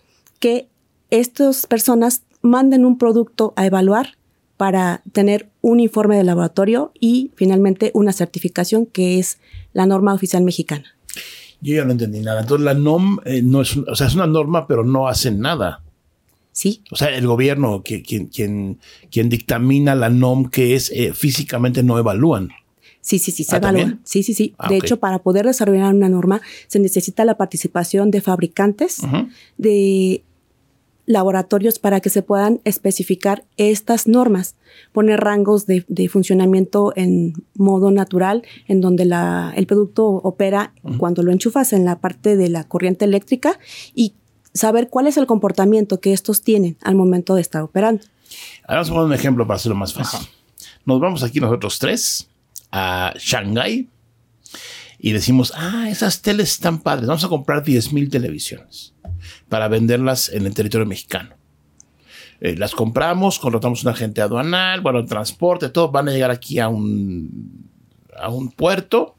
que estas personas manden un producto a evaluar para tener un informe de laboratorio y finalmente una certificación que es la norma oficial mexicana.
Yo ya no entendí nada. Entonces la NOM eh, no es, un- o sea, es una norma, pero no hacen nada.
Sí,
O sea, el gobierno, que- quien, quien, quien dictamina la NOM, que es eh, físicamente no evalúan.
sí, sí, sí, se
Ah,
evalúa.
¿también?
Sí, sí, sí.
Ah,
de
ok.
hecho, para poder desarrollar una norma se necesita la participación de fabricantes,
Ujú.
de laboratorios para que se puedan especificar estas normas, poner rangos de, de funcionamiento en modo natural, en donde la- el producto opera cuando lo enchufas en la parte de la corriente eléctrica y saber cuál es el comportamiento que estos tienen al momento de estar operando.
Ahora vamos a poner un ejemplo para hacerlo más fácil. Nos vamos aquí nosotros tres a Shanghái y decimos, ah, esas teles están padres, vamos a comprar 10.000 televisiones para venderlas en el territorio mexicano. Eh, las compramos, contratamos un agente aduanal, bueno, transporte, todo, van a llegar aquí a un, a un puerto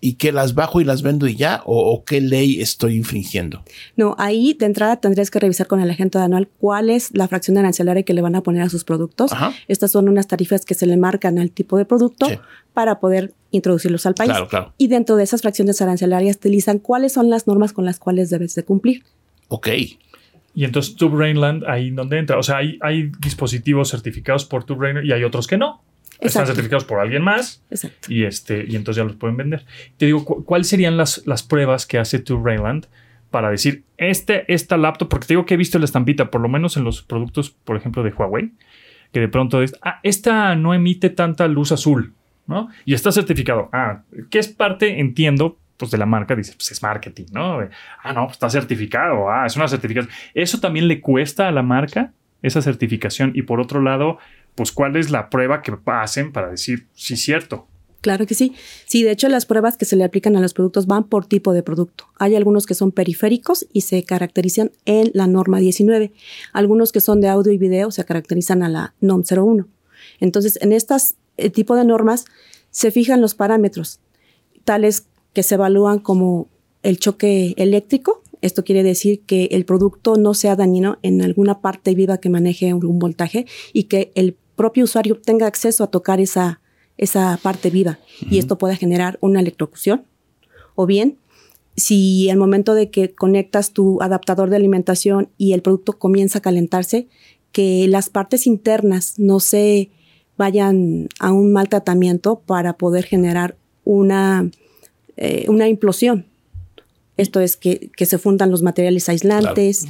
y que las bajo y las vendo y ya, o, o qué ley estoy infringiendo.
No, ahí de entrada tendrías que revisar con el agente anual cuál es la fracción arancelaria que le van a poner a sus productos.
Ajá.
Estas son unas tarifas que se le marcan al tipo de producto
Sí.
para poder introducirlos al país.
Claro, claro.
Y dentro de esas fracciones arancelarias te listan cuáles son las normas con las cuales debes de cumplir.
Ok.
Y entonces TubeRainland, ahí donde entra. O sea, hay, hay dispositivos certificados por TubeRainland y hay otros que no. Están
Exacto.
certificados por alguien más
Exacto.
y, este, y entonces ya los pueden vender. Te digo, ¿cu- ¿cuáles serían las, las pruebas que hace TubeRainland para decir, este, esta laptop? Porque te digo que he visto la estampita, por lo menos en los productos, por ejemplo, de Huawei, que de pronto es, ah, esta no emite tanta luz azul, ¿no? Y está certificado. Ah, que es parte, entiendo, pues de la marca, dice, pues es marketing, ¿no? De, ah, no, pues está certificado, ah, es una certificación. Eso también le cuesta a la marca esa certificación y por otro lado, pues cuál es la prueba que hacen para decir, sí, cierto.
Claro que sí. Sí, de hecho las pruebas que se le aplican a los productos van por tipo de producto. Hay algunos que son periféricos y se caracterizan en la norma 19. Algunos que son de audio y video se caracterizan a la NOM 01. Entonces, en estas eh, tipo de normas se fijan los parámetros, tales que se evalúan como el choque eléctrico. Esto quiere decir que el producto no sea dañino en alguna parte viva que maneje algún voltaje y que el propio usuario tenga acceso a tocar esa, esa parte viva y esto pueda generar una electrocución. O bien, si al momento de que conectas tu adaptador de alimentación y el producto comienza a calentarse, que las partes internas no se vayan a un mal tratamiento para poder generar una, eh, una implosión. Esto es que, que se fundan los materiales aislantes.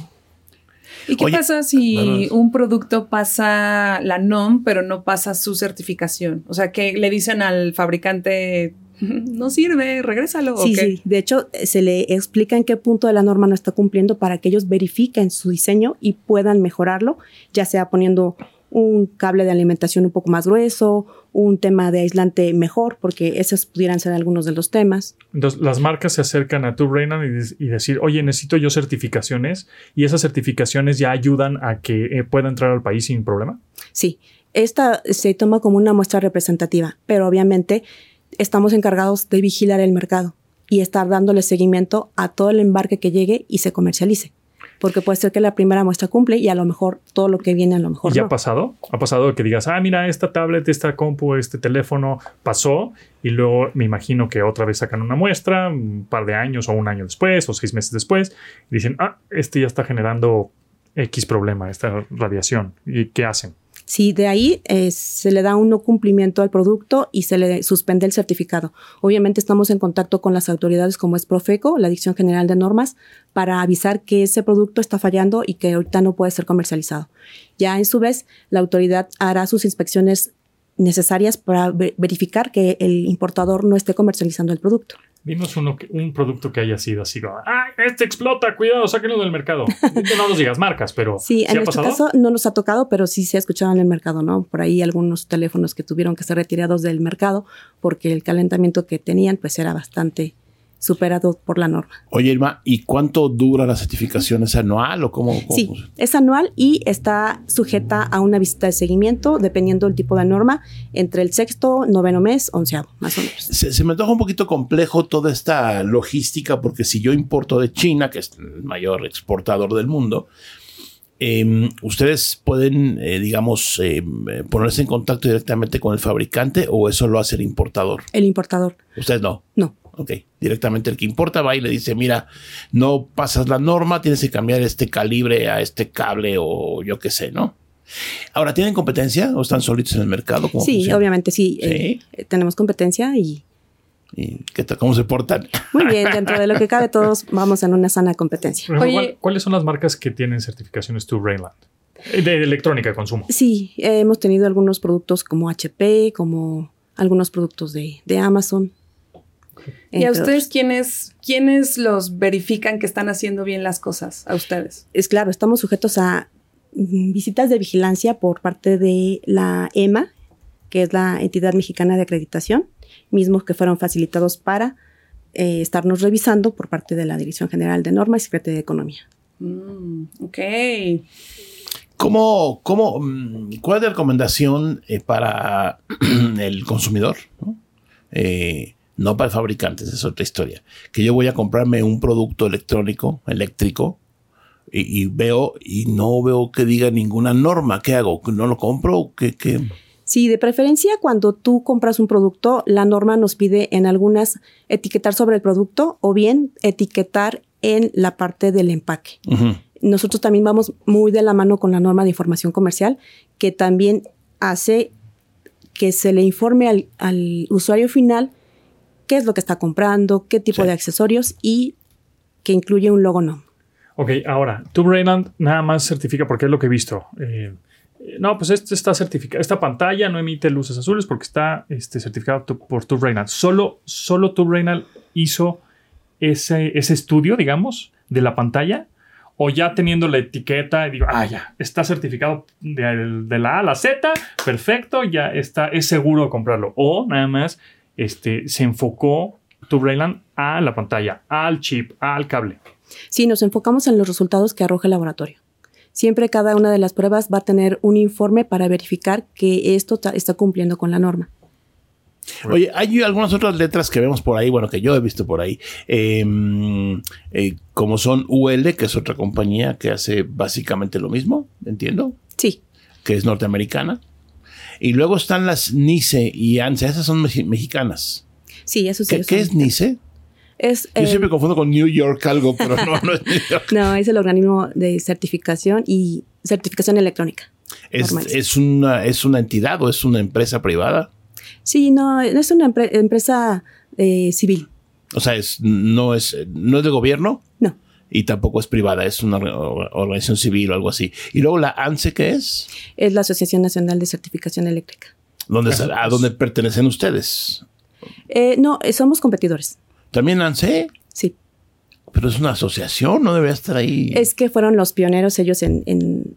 ¿Y qué
Oye,
pasa si
no, no, no.
un producto pasa la NOM, pero no pasa su certificación? O sea, que le dicen al fabricante, no sirve, regrésalo. ¿o
Sí,
qué?
sí. De hecho, eh, se le explica en qué punto de la norma no está cumpliendo para que ellos verifiquen su diseño y puedan mejorarlo, ya sea poniendo un cable de alimentación un poco más grueso, un tema de aislante mejor, porque esos pudieran ser algunos de los temas.
Entonces, las marcas se acercan a TubeRainland y, des- y decir, oye, necesito yo certificaciones y esas certificaciones ya ayudan a que eh, pueda entrar al país sin problema.
Sí, esta se toma como una muestra representativa, pero obviamente estamos encargados de vigilar el mercado y estar dándole seguimiento a todo el embarque que llegue y se comercialice. Porque puede ser que la primera muestra cumple y a lo mejor todo lo que viene a lo
¿Y
mejor
ya
no.
ha pasado? ¿Ha pasado que digas, ah, mira, esta tablet, esta compu, este teléfono pasó? Y luego me imagino que otra vez sacan una muestra, un par de años o un año después o seis meses después, y dicen, ah, este ya está generando X problema, esta radiación. ¿Y qué hacen?
Si de ahí eh, se le da un no cumplimiento al producto y se le suspende el certificado. Obviamente estamos en contacto con las autoridades como es Profeco, la Dirección General de Normas, para avisar que ese producto está fallando y que ahorita no puede ser comercializado. Ya en su vez, la autoridad hará sus inspecciones necesarias para ver- verificar que el importador no esté comercializando el producto.
Dinos uno que- un producto que haya sido así. como, ¡Ay, este explota! Cuidado, sáquenlo del mercado. no nos digas marcas, pero
Sí, en
ha
nuestro
pasado?
caso no nos ha tocado, pero sí se ha escuchado en el mercado, ¿no? Por ahí algunos teléfonos que tuvieron que ser retirados del mercado porque el calentamiento que tenían pues era bastante superado por la norma.
Oye, Irma, ¿y cuánto dura la certificación? ¿Es anual o cómo? cómo
Sí,
funciona?
es anual y está sujeta a una visita de seguimiento, dependiendo del tipo de norma, entre el sexto, noveno mes, onceavo, más o menos.
Se, se me antoja un poquito complejo toda esta logística, porque si yo importo de China, que es el mayor exportador del mundo, eh, ustedes pueden, eh, digamos, eh, ponerse en contacto directamente con el fabricante o eso lo hace el importador.
El importador,
Ustedes no.
no.
Ok, directamente el que importa va y le dice, mira, no pasas la norma, tienes que cambiar este calibre a este cable o yo qué sé, ¿no? Ahora, ¿tienen competencia o están solitos en el mercado? ¿Cómo
Sí,
funciona?
obviamente sí.
pues Sí.
eh, eh, tenemos competencia y
¿Y qué tal? ¿Cómo se portan?
muy bien, dentro de lo que cabe todos vamos en una sana competencia.
Por ejemplo,
Oye.
¿cuál- ¿Cuáles son las marcas que tienen certificaciones to Rainland? Eh, De, de electrónica de consumo.
Sí, eh, hemos tenido algunos productos como HP, como algunos productos de, de Amazon.
¿Y a
entre
ustedes
otros.
quiénes, quiénes los verifican que están haciendo bien las cosas? A ustedes.
Es claro, estamos sujetos a mm, visitas de vigilancia por parte de la EMA, que es la entidad mexicana de acreditación, mismos que fueron facilitados para eh, estarnos revisando por parte de la Dirección General de Normas y Secretaría de Economía.
Mm, ok.
¿Cómo, cómo, mm, ¿Cuál es la recomendación eh, para el consumidor? ¿no? Eh, no para el fabricante, esa es otra historia. Que yo voy a comprarme un producto electrónico, eléctrico, y, y veo, y no veo que diga ninguna norma. ¿Qué hago? ¿No lo compro? ¿Qué, qué?
Sí, de preferencia cuando tú compras un producto, la norma nos pide en algunas etiquetar sobre el producto o bien etiquetar en la parte del empaque.
Ujú.
nosotros también vamos muy de la mano con la norma de información comercial, que también hace que se le informe al, al usuario final qué es lo que está comprando, qué tipo
Sí.
de accesorios y que incluye un logo no.
Ok, ahora, tu Rainland nada más certifica, porque es lo que he visto. Eh, eh, no, pues este está certificado. Esta pantalla no emite luces azules porque está este, certificado tu- por tu Rainland. Solo, solo tu Rainland hizo ese, ese estudio, digamos, de la pantalla. O ya teniendo la etiqueta, digo, ah, ya, está certificado de, de la A a la Z, perfecto, ya está, es seguro comprarlo. O nada más este, se enfocó tu Rainland a la pantalla, al chip, al cable.
Sí, nos enfocamos en los resultados que arroja el laboratorio. Siempre cada una de las pruebas va a tener un informe para verificar que esto ta- está cumpliendo con la norma.
Oye, hay algunas otras letras que vemos por ahí, bueno, que yo he visto por ahí, eh, eh, como son UL, que es otra compañía que hace básicamente lo mismo, entiendo.
Sí,
que es norteamericana. Y luego están las NICE y ANSA, E, esas son mexi- mexicanas.
sí, eso sí.
¿Qué,
eso
qué
sí.
es NICE?
Es,
Yo
eh,
siempre confundo con New York algo, pero no, no es New York.
No, es el organismo de certificación y certificación electrónica.
Es,
Normal.
es una, es una entidad o es una empresa privada.
Sí, no, es una empre- empresa eh, civil.
O sea, es, no, es, no es de gobierno
No.
y tampoco es privada, es una or- organización civil o algo así. Y luego la ANSE, E, ¿qué es?
Es la Asociación Nacional de Certificación Eléctrica.
¿Dónde, es- ¿A dónde pertenecen ustedes?
Eh, no, eh, somos competidores.
También ANSE,
Sí.
E, pero es una asociación, no debería estar ahí.
Es que fueron los pioneros ellos en, en-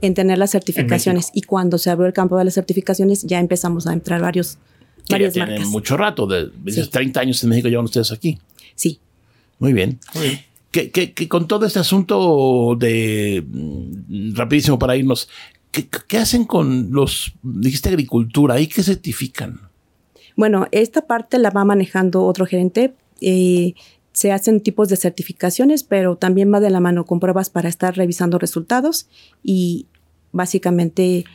en tener las certificaciones. y cuando se abrió el campo de las certificaciones, ya empezamos a entrar varios,
que ya
varias
tienen
marcas.
mucho rato, de, dices,
Sí.
30 años en México llevan ustedes aquí.
Sí.
Muy bien. Que, que- que con todo este asunto de mm, rapidísimo para irnos, ¿qué, qué hacen con los, dijiste agricultura, ahí qué certifican?
Bueno, esta parte la va manejando otro gerente. eh, se hacen tipos de certificaciones, pero también va de la mano con pruebas para estar revisando resultados y básicamente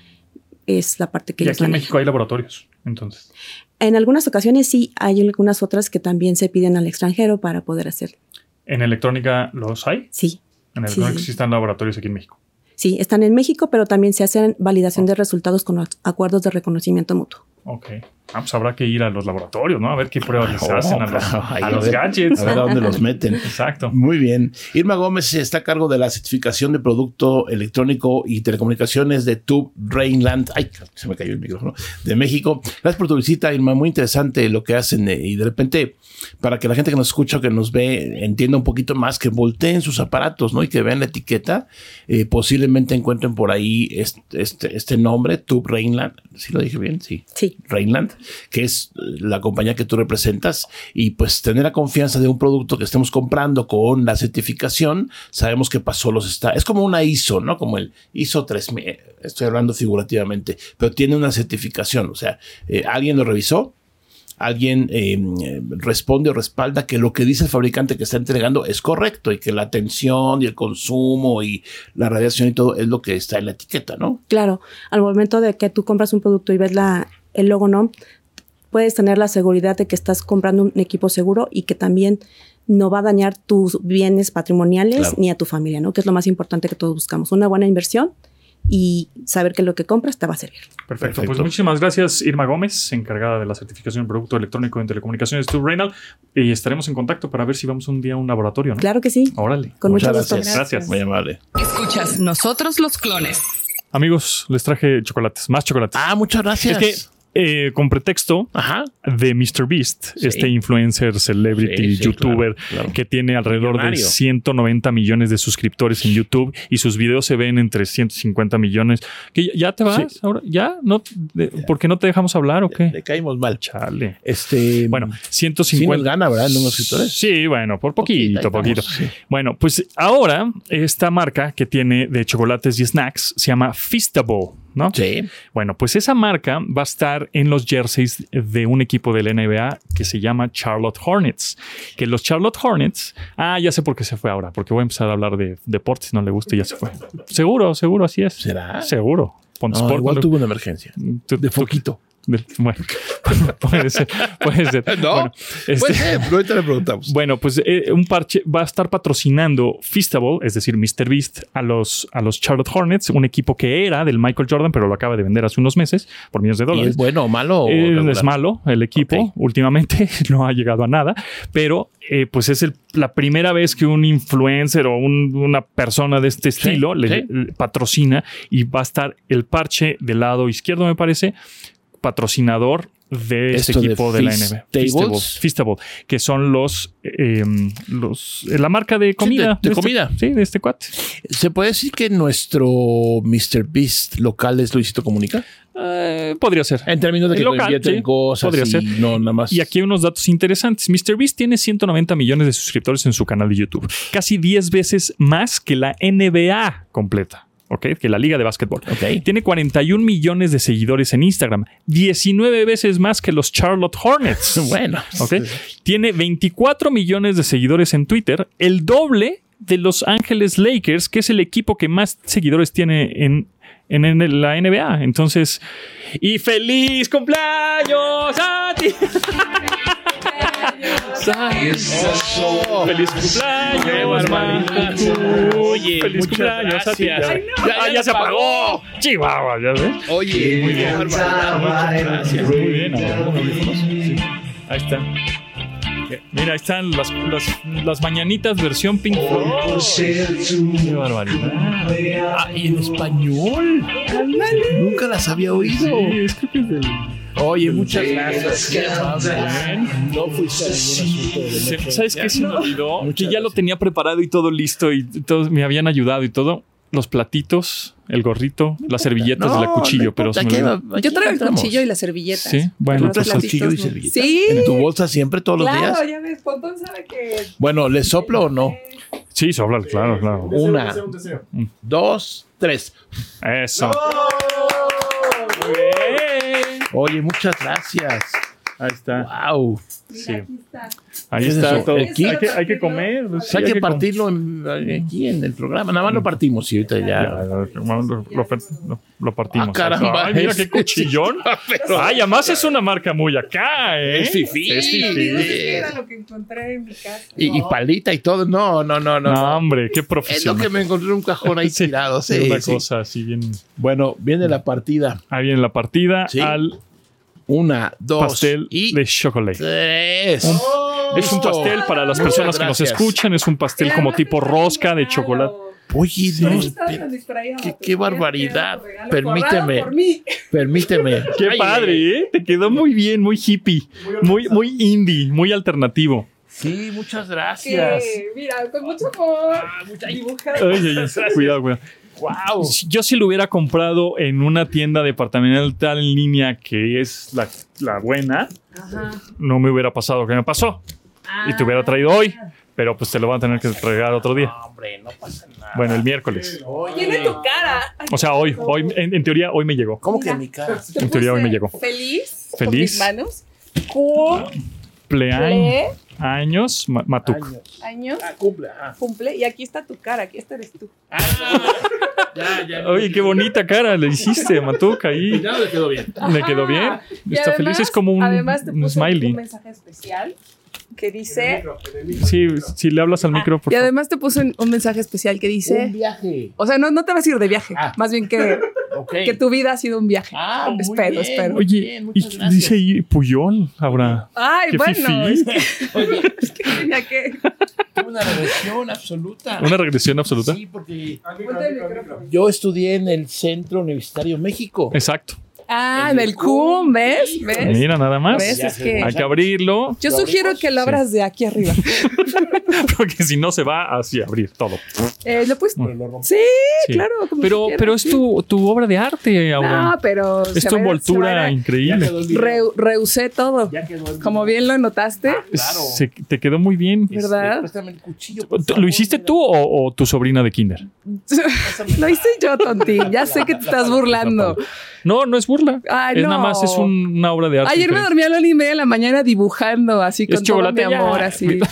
es la parte que
Y
ellos
aquí en
manejan.
México hay laboratorios, entonces.
En algunas ocasiones sí, hay algunas otras que también se piden al extranjero para poder hacer.
¿En electrónica los hay?
Sí,
En
Sí,
electrónica
sí.
sí están laboratorios aquí en México.
Sí, están en México, pero también se hacen validación de resultados con los acuerdos de reconocimiento mutuo.
Ok. Ah, pues habrá que ir a los laboratorios, ¿no? A ver qué pruebas les
Oh,
hacen a los,
ay,
a los
ver-
gadgets.
A ver a dónde los meten.
Exacto.
Muy bien. Irma Gómez está a cargo de la certificación de producto electrónico y telecomunicaciones de Tube Rainland. Ay, se me cayó el micrófono. De México. Gracias por tu visita, Irma. Muy interesante lo que hacen. eh, Y de repente, para que la gente que nos escucha, que nos ve, entienda un poquito más, que volteen sus aparatos, ¿no? Y que vean la etiqueta, eh, posiblemente encuentren por ahí este, este, este nombre, Tube Rainland. ¿Sí lo dije bien? Sí.
Sí.
Rainland, que es eh, la compañía que tú representas, y pues tener la confianza de un producto que estemos comprando con la certificación, sabemos que pasó los está. Es como una ISO, ¿no? Como el ISO 3000, eh, estoy hablando figurativamente, pero tiene una certificación, o sea, eh, alguien lo revisó. Alguien eh, eh, responde o respalda que lo que dice el fabricante que está entregando es correcto y que la atención y el consumo y la radiación y todo es lo que está en la etiqueta, ¿no?
Claro, al momento de que tú compras un producto y ves la, el logo NOM, puedes tener la seguridad de que estás comprando un equipo seguro y que también no va a dañar tus bienes patrimoniales
Claro.
ni a tu familia, ¿no? Que es lo más importante que todos buscamos, una buena inversión y saber que lo que compras te va a servir.
Perfecto. Pues
Perfecto.
muchísimas gracias, Irma Gómez, encargada de la certificación de producto electrónico en telecomunicaciones, tu Reynal. Y estaremos en contacto para ver si vamos un día a un laboratorio, ¿no?
Claro que sí,
Órale.
con
Muchas
mucho gusto.
gracias.
Gracias.
Muy amable.
Escuchas, nosotros los clones.
Amigos, les traje chocolates, más chocolates.
Ah, muchas
es
gracias.
que eh, con pretexto
Ajá.
de MrBeast, Beast,
Sí.
este influencer,
Sí,
celebrity,
sí,
youtuber,
claro, claro.
que tiene alrededor de
Millonario.
190 millones de suscriptores en YouTube y sus videos se ven entre 150 millones. ¿Qué, ¿Ya te vas?
Sí.
¿Ahora? ¿Ya? ¿No? De- ¿Por qué no te dejamos hablar o qué?
Le caímos mal.
Chale.
Este.
Bueno,
sí
150.
nos gana, ¿verdad? En los escritores.
Sí, bueno, por poquito,
Poquito, ahí
poquito.
estamos, sí.
Bueno, pues ahora esta marca que tiene de chocolates y snacks se llama Fistable, ¿no?
Sí.
Bueno, pues esa marca va a estar en los jerseys de un equipo del NBA que se llama Charlotte Hornets. Que los Charlotte Hornets. Ah, ya sé por qué se fue ahora, porque voy a empezar a hablar de deportes, no le gusta y ya se fue. Seguro, seguro, así es.
¿Será?
Seguro. Ponte
No,
Sport,
igual
no-
tuvo una emergencia.
tú-
De
tú-
foquito.
de- bueno, puede ser, puede ser.
No,
Bueno, este-
Pues eh, ahorita le preguntamos.
bueno, pues eh, un parche va a estar patrocinando Fistable, es decir, Mr. Beast, a los, a los Charlotte Hornets, un equipo que era del Michael Jordan, pero lo acaba de vender hace unos meses por millones de
¿Y
dólares.
es bueno o malo? o
Eh,
regular?
es malo el equipo
Ok.
últimamente, no ha llegado a nada, pero eh, pues es el- la primera vez que un influencer o un- una persona de este estilo le,
sí.
le patrocina y va a estar el parche del lado izquierdo, me parece, patrocinador de este
Esto de
equipo de, la NBA. Fistable,
Feastables.
Feastable, que son los, eh, los eh, la marca de comida.
de
este-
comida.
Sí, de este cuate.
¿Se puede decir que nuestro Mr. Beast local es Luisito Comunica?
Eh, podría ser.
En términos de que
Local,
lo invierten
sí.
en cosas
Podría
y
ser.
no nada más.
Y aquí hay unos datos interesantes. MrBeast tiene 190 millones de suscriptores en su canal de YouTube, casi 10 veces más que la NBA completa, ¿ok? Que la liga de básquetbol.
Ok.
Tiene 41 millones de seguidores en Instagram, 19 veces más que los Charlotte Hornets.
Bueno.
¿ok? Tiene 24 millones de seguidores en Twitter, el doble de Los Ángeles Lakers, que es el equipo que más seguidores tiene en, en, en la NBA. Entonces, y feliz cumpleaños a ti. Feliz cumpleaños, Marco.
Oye, muchas
feliz cumpleaños a ti.
gracias.
Ay,
Ya, ya
Ah, ya
se
se apagó. Chihuahua, ya ves.
Oye, muy bien. Gracias.
Muy bien. a ver, audífonos. Sí. Ahí está. Mira, ahí están las, las, las mañanitas versión Pink Floyd. Qué barbaridad.
Ah, y en español. Nunca las había oído.
es que es del-
Oye, muchas gracias. Qué amable. ¿eh? No fuiste a ningún asunto de
Se-
leche.
¿Sabes qué se me olvidó?
Muchas
que ya lo
gracias.
tenía preparado y todo listo y todos me habían ayudado y todo. Los platitos, el gorrito, las servilletas,
No,
la cuchillo,
no
pero se me
importa,
olvidó.
¿qué va- aquí
Yo traigo el
estamos?
cuchillo y las servilletas.
Sí, bueno,
Los
¿Tú traes
platitos
cuchillo y
no.
servilletas?
Sí.
¿En tu bolsa siempre, todos los
Claro,
días?
ya ves, Pontón sabe que
Bueno, ¿le soplo o no?
Sí, hablar, claro, claro.
Una, Mm. dos, tres.
Eso. Muy bien.
Oye, muchas gracias.
Ahí está.
¡Wow!
Sí.
está.
Ahí
Ese es
está.
el kit.
Hay que, hay que comer.
O
sí,
sea, hay que
com-
partirlo en- aquí en el programa. Nada más lo partimos y ahorita
Ya,
ya.
lo, lo- lo- lo partimos.
Ah, caramba,
Ay, mira
ese-
qué cuchillón.
Pero-
Ay, además es una marca muy acá, ¿eh?
Es fifí.
Es fifí.
lo que encontré en mi casa.
Y, y palita y todo. No, no, no, no.
No, hombre, qué
es lo que
profesional.
me encontré en un cajón ahí
Sí,
tirado.
Sí,
Sí,
una
sí.
cosa así bien.
Bueno, viene la partida.
Ahí viene la partida
Sí.
al
Una, dos
pastel
y
de chocolate.
tres. Oh,
Es un
Listo.
pastel para las
Muchas
personas que nos
gracias.
escuchan, es un pastel como tipo rosca de chocolate.
Oye, no, espera.
Qué,
qué- qué barbaridad. Permíteme. Permíteme.
Qué
Ay,
padre, ¿eh? Te quedó muy bien, muy hippie, muy, muy indie, muy alternativo.
Sí, muchas gracias.
Que, mira, con mucho amor.
Ah,
dibujado.
Ay, ay, ay, Cuidado, cuidado.
Wow.
Si- Yo si lo hubiera comprado en una tienda departamental en línea que es la, la buena, no me hubiera pasado lo que me pasó. Y te hubiera traído hoy, pero pues te lo van a tener que entregar otro día.
Hombre, no pasa nada.
Bueno, el miércoles.
Tiene tu cara. Ay,
O sea, hoy, hoy en, en teoría, hoy me llegó.
¿Cómo que en mi cara?
te
en teoría hoy
puse
me llegó.
Feliz. Feliz. Con
Feliz.
mis manos. Cumple
Pleaños, años, ma- Matuk.
años.
Ah, cumple. ajá.
Cumple. Y aquí está tu cara. Aquí esta eres tú.
Ah, Ya, ya.
Oye, qué bonita cara le hiciste, Matuk, ahí.
Ya le quedó bien.
Le quedó bien.
Ajá. Y
Está feliz,
además-
es como un,
además te
un
puse un
smiley.
mensaje especial que dice.
Sí, si le hablas al micro, por
Ah, Y
favor.
además te puse un- un mensaje especial que
Un
dice.
viaje.
O sea, no, no te vas a ir de viaje.
Ah.
Más bien que,
Ok.
que tu vida ha sido un viaje.
Ah, muy
Espero,
bien,
espero.
muy
Oye,
bien,
y
muchas gracias.
dice ahí Puyol ahora.
Ay,
Qué
bueno.
fifí.
Es que, es que tenía que.
Tuve una regresión absoluta.
Una regresión absoluta.
Sí, porque
Ponte el micrófono.
yo estudié en el Centro Universitario México.
Exacto.
Ah, en el cum, ¿ves? ¿Ves?
Mira, nada
¿Ves?
más.
Pues Es que-
Hay que abrirlo,
Yo sugiero que lo abras de aquí arriba.
porque si no se va así a abrir todo.
Eh, ¿Lo puedes?
Pero lo rompí.
Sí,
Sí.
claro. como
Pero,
quieras,
pero es
sí.
tu, tu obra de arte, Aura.
No, pero.
es tu
se va a- se va
envoltura
a-
Ya
increíble.
quedó el video.
Re- rehusé todo.
Ya quedó el
Como
video. Ah,
bien lo notaste,
Claro.
Se- te quedó muy bien.
Este,
¿verdad?
préstame el cuchillo.
pues,
por
¿Lo
favor,
hiciste
mira.
tú o, o tu sobrina de kinder?
lo hice yo, tontín. Ya sé que te estás burlando.
No, no es burla.
Ay,
es
Ah, no.
nada más, es un- una obra de arte.
Ayer me
increíble.
dormí a la una y media de la mañana dibujando, así
Es
con todo mi
chocolate, ya.
amor, así.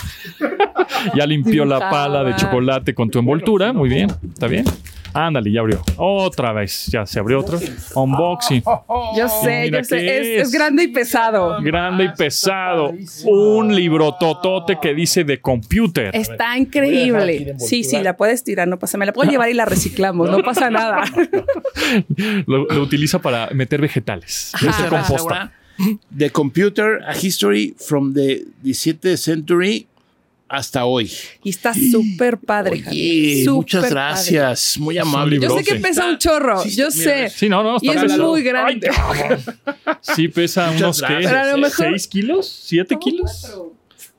Ya limpió la pala de
Dibujaba.
chocolate con tu envoltura. Muy bien, está bien. Ándale, ya abrió. Otra vez, ya se abrió otro. Unboxing.
Ah,
Yo sé,
Mira
yo sé.
qué
Es,
es.
es grande y pesado.
Grande y pesado. Un libro totote que dice de computer.
Está
Voy a dejar aquí la
increíble.
envoltura.
Sí, sí, la puedes tirar, no pasa. Me la puedo llevar y la reciclamos, no pasa nada.
Lo, lo utiliza para meter vegetales.
Esa
Hacer
era
composta.
Laura. The Computer, a History from the 17th Century hasta hoy.
Y está súper padre,
Oye,
Javier, súper
muchas
padre.
gracias. Muy amable.
libro.
Yo sé que
Sí.
pesa un chorro,
Sí,
yo
mira,
sé.
Sí, no, no,
Y
está
es
pesado.
muy grande.
Ay, cabrón. sí, pesa
Muchas
unos ¿qué?
gracias,
Pero a lo ¿eh? mejor-
¿Seis kilos? ¿Siete kilos?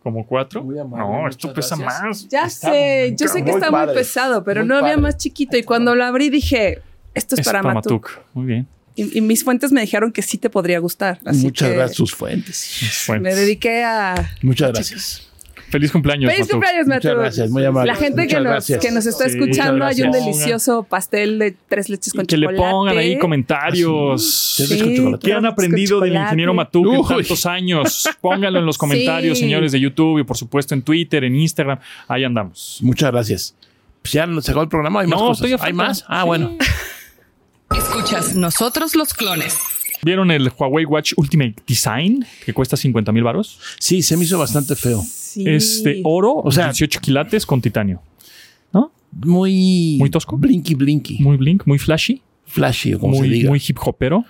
¿Como cuatro?
Muy amable,
No,
muchas
esto pesa
gracias.
más.
Ya
Está
sé,
muy
yo sé que
muy
está
padre,
muy pesado, pero
muy
no había
padre.
más chiquito. Y cuando lo abrí dije, esto es, para, Matuk.
Matuk. Muy bien.
Y, y mis fuentes me dijeron que sí te podría gustar. Así
Muchas
que
gracias, sus fuentes.
Bueno,
Me dediqué a...
Muchas gracias.
Feliz cumpleaños,
Feliz
Matuk.
cumpleaños,
Muchas
Matuk.
gracias, muy amable.
La gente que
Muchas
nos,
gracias.
que nos está
Sí,
escuchando,
muchas
hay un
gracias.
delicioso pastel de tres leches con
que
chocolate. Ah,
le pongan ahí comentarios.
Tres leches con chocolate.
¿Qué han
Trozos pues, con
aprendido del
chocolate.
ingeniero Matuk en
Uy.
tantos años? Pónganlo en los comentarios,
Sí.
señores de YouTube y por supuesto en Twitter, en Instagram. Ahí andamos.
Muchas gracias. Pues ya nos acabó el programa. Hay más
No,
cosas.
estoy a
¿Hay
falta.
más? Ah, bueno.
Escuchas Nosotros los Clones.
¿Vieron el Huawei Watch Ultimate Design que cuesta 50 mil baros?
Sí, se me hizo bastante feo.
Sí.
Es de oro, o
este, O sea-
18 quilates con titanio. ¿No?
Muy.
¿Muy tosco?
Blinky, blinky.
Muy blink, muy flashy,
Flashy, o como se
muy,
diga.
muy hip hopero.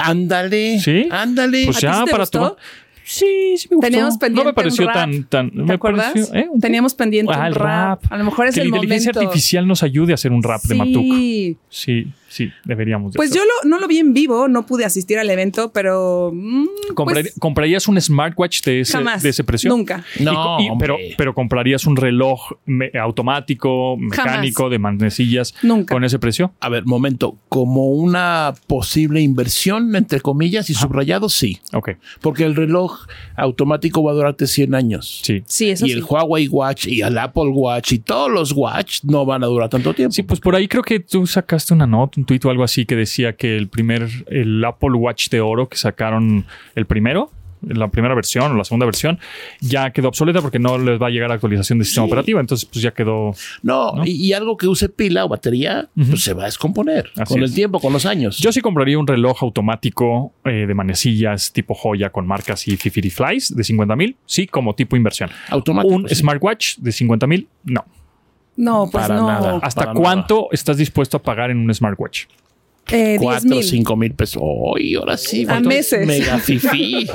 Ándale.
Sí.
Ándale.
Pues
ti
ya
sí te
para
gustó?
tomar. Sí, sí me gustó.
Teníamos pendiente
no me
un
pareció
rap,
tan tan
¿Te
me
acuerdas?
pareció ¿eh? Un-
Teníamos pendiente
Ah,
un
el
rap.
rap.
A lo mejor es
que la
el
inteligencia
momento.
artificial nos ayude a hacer un rap de
Sí.
Matuk. Sí, sí, deberíamos. de
Pues yo
hacerlo.
lo- no lo vi en vivo, no pude asistir al evento, pero mm,
Comprar-
pues,
¿Comprarías un smartwatch de ese,
jamás,
de ese precio?
nunca.
Y
No,
co- y- pero,
hombre.
pero comprarías un reloj me- automático, mecánico, de manecillas
Nunca.
con ese precio.
A ver, momento. Como una posible inversión, entre comillas, y subrayado, sí.
Ok,
Porque el reloj automático va a durarte 100 años.
sí.
Sí, eso
y
sí.
el Huawei Watch y el Apple Watch y todos los Watch no van a durar tanto tiempo.
Sí, pues por ahí creo que tú sacaste una nota, un tuit o algo así que decía que el primer, el Apple Watch de oro que sacaron el primero, la primera versión o la segunda versión, ya quedó obsoleta porque no les va a llegar actualización del sistema
Sí.
operativo. Entonces, pues ya quedó.
No,
¿No?
Y, y algo que use pila o batería, pues se va a descomponer
Así
con
es.
el tiempo, con los años.
Yo sí compraría un reloj automático eh, de manecillas tipo joya con marcas y Fifty Flies de 50 mil, sí, como tipo inversión.
Automático.
un
sí.
smartwatch de 50 mil, no.
No, pues
Para
no.
nada.
¿Hasta
Para nada.
cuánto estás dispuesto a pagar en un smartwatch?
Eh, 10
Cuatro,
mil.
cinco mil pesos. ¡Ay, ahora sí!
A
vato,
meses.
Mega fifí.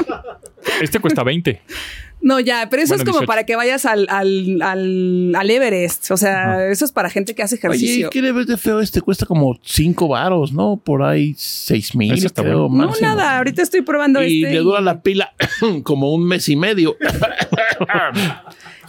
Este cuesta 20.
No, ya, pero eso
Bueno,
es como
18.
para que vayas al, al, al, al Everest. O sea, eso es para gente que hace
Oye,
ejercicio.
¿qué le ves de feo este? Cuesta como cinco varos, ¿no? Por ahí seis mil,
Ese está
creo,
bueno.
no,
máximo.
nada, ahorita estoy probando
Y
este.
le
y Pues
dura la pila como un mes y medio.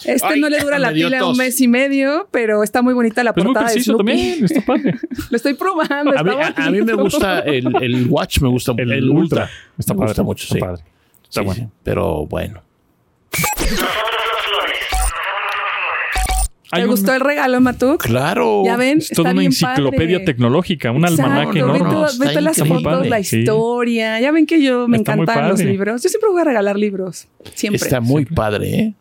este
Ay,
no le dura la
me dio
pila
tos.
un mes y medio, pero está muy bonita la
Es muy
portada de
preciso
Snoopy.
también. Está padre.
Lo estoy probando.
A mí,
está
a- a mí me
bonito.
gusta el, el watch, me gusta
El, Ultra. Está
Me
padre.
gusta mucho,
está
sí.
padre. Está
Sí,
bueno.
sí, Pero bueno.
¿Te
Hay un-
gustó el regalo, Matuk?
Claro.
Ya ven,
Es toda
está
una
bien
enciclopedia
padre.
tecnológica, un
Exacto,
almanaque
ve
no,
enorme.
no,
todas- ve
está
todas las
increíble. Está
fotos,
muy
la
padre, sí.
historia. Ya ven que yo me
Está muy
encantan los
padre.
libros. Yo siempre voy a regalar libros. Siempre.
Está muy padre, ¿eh?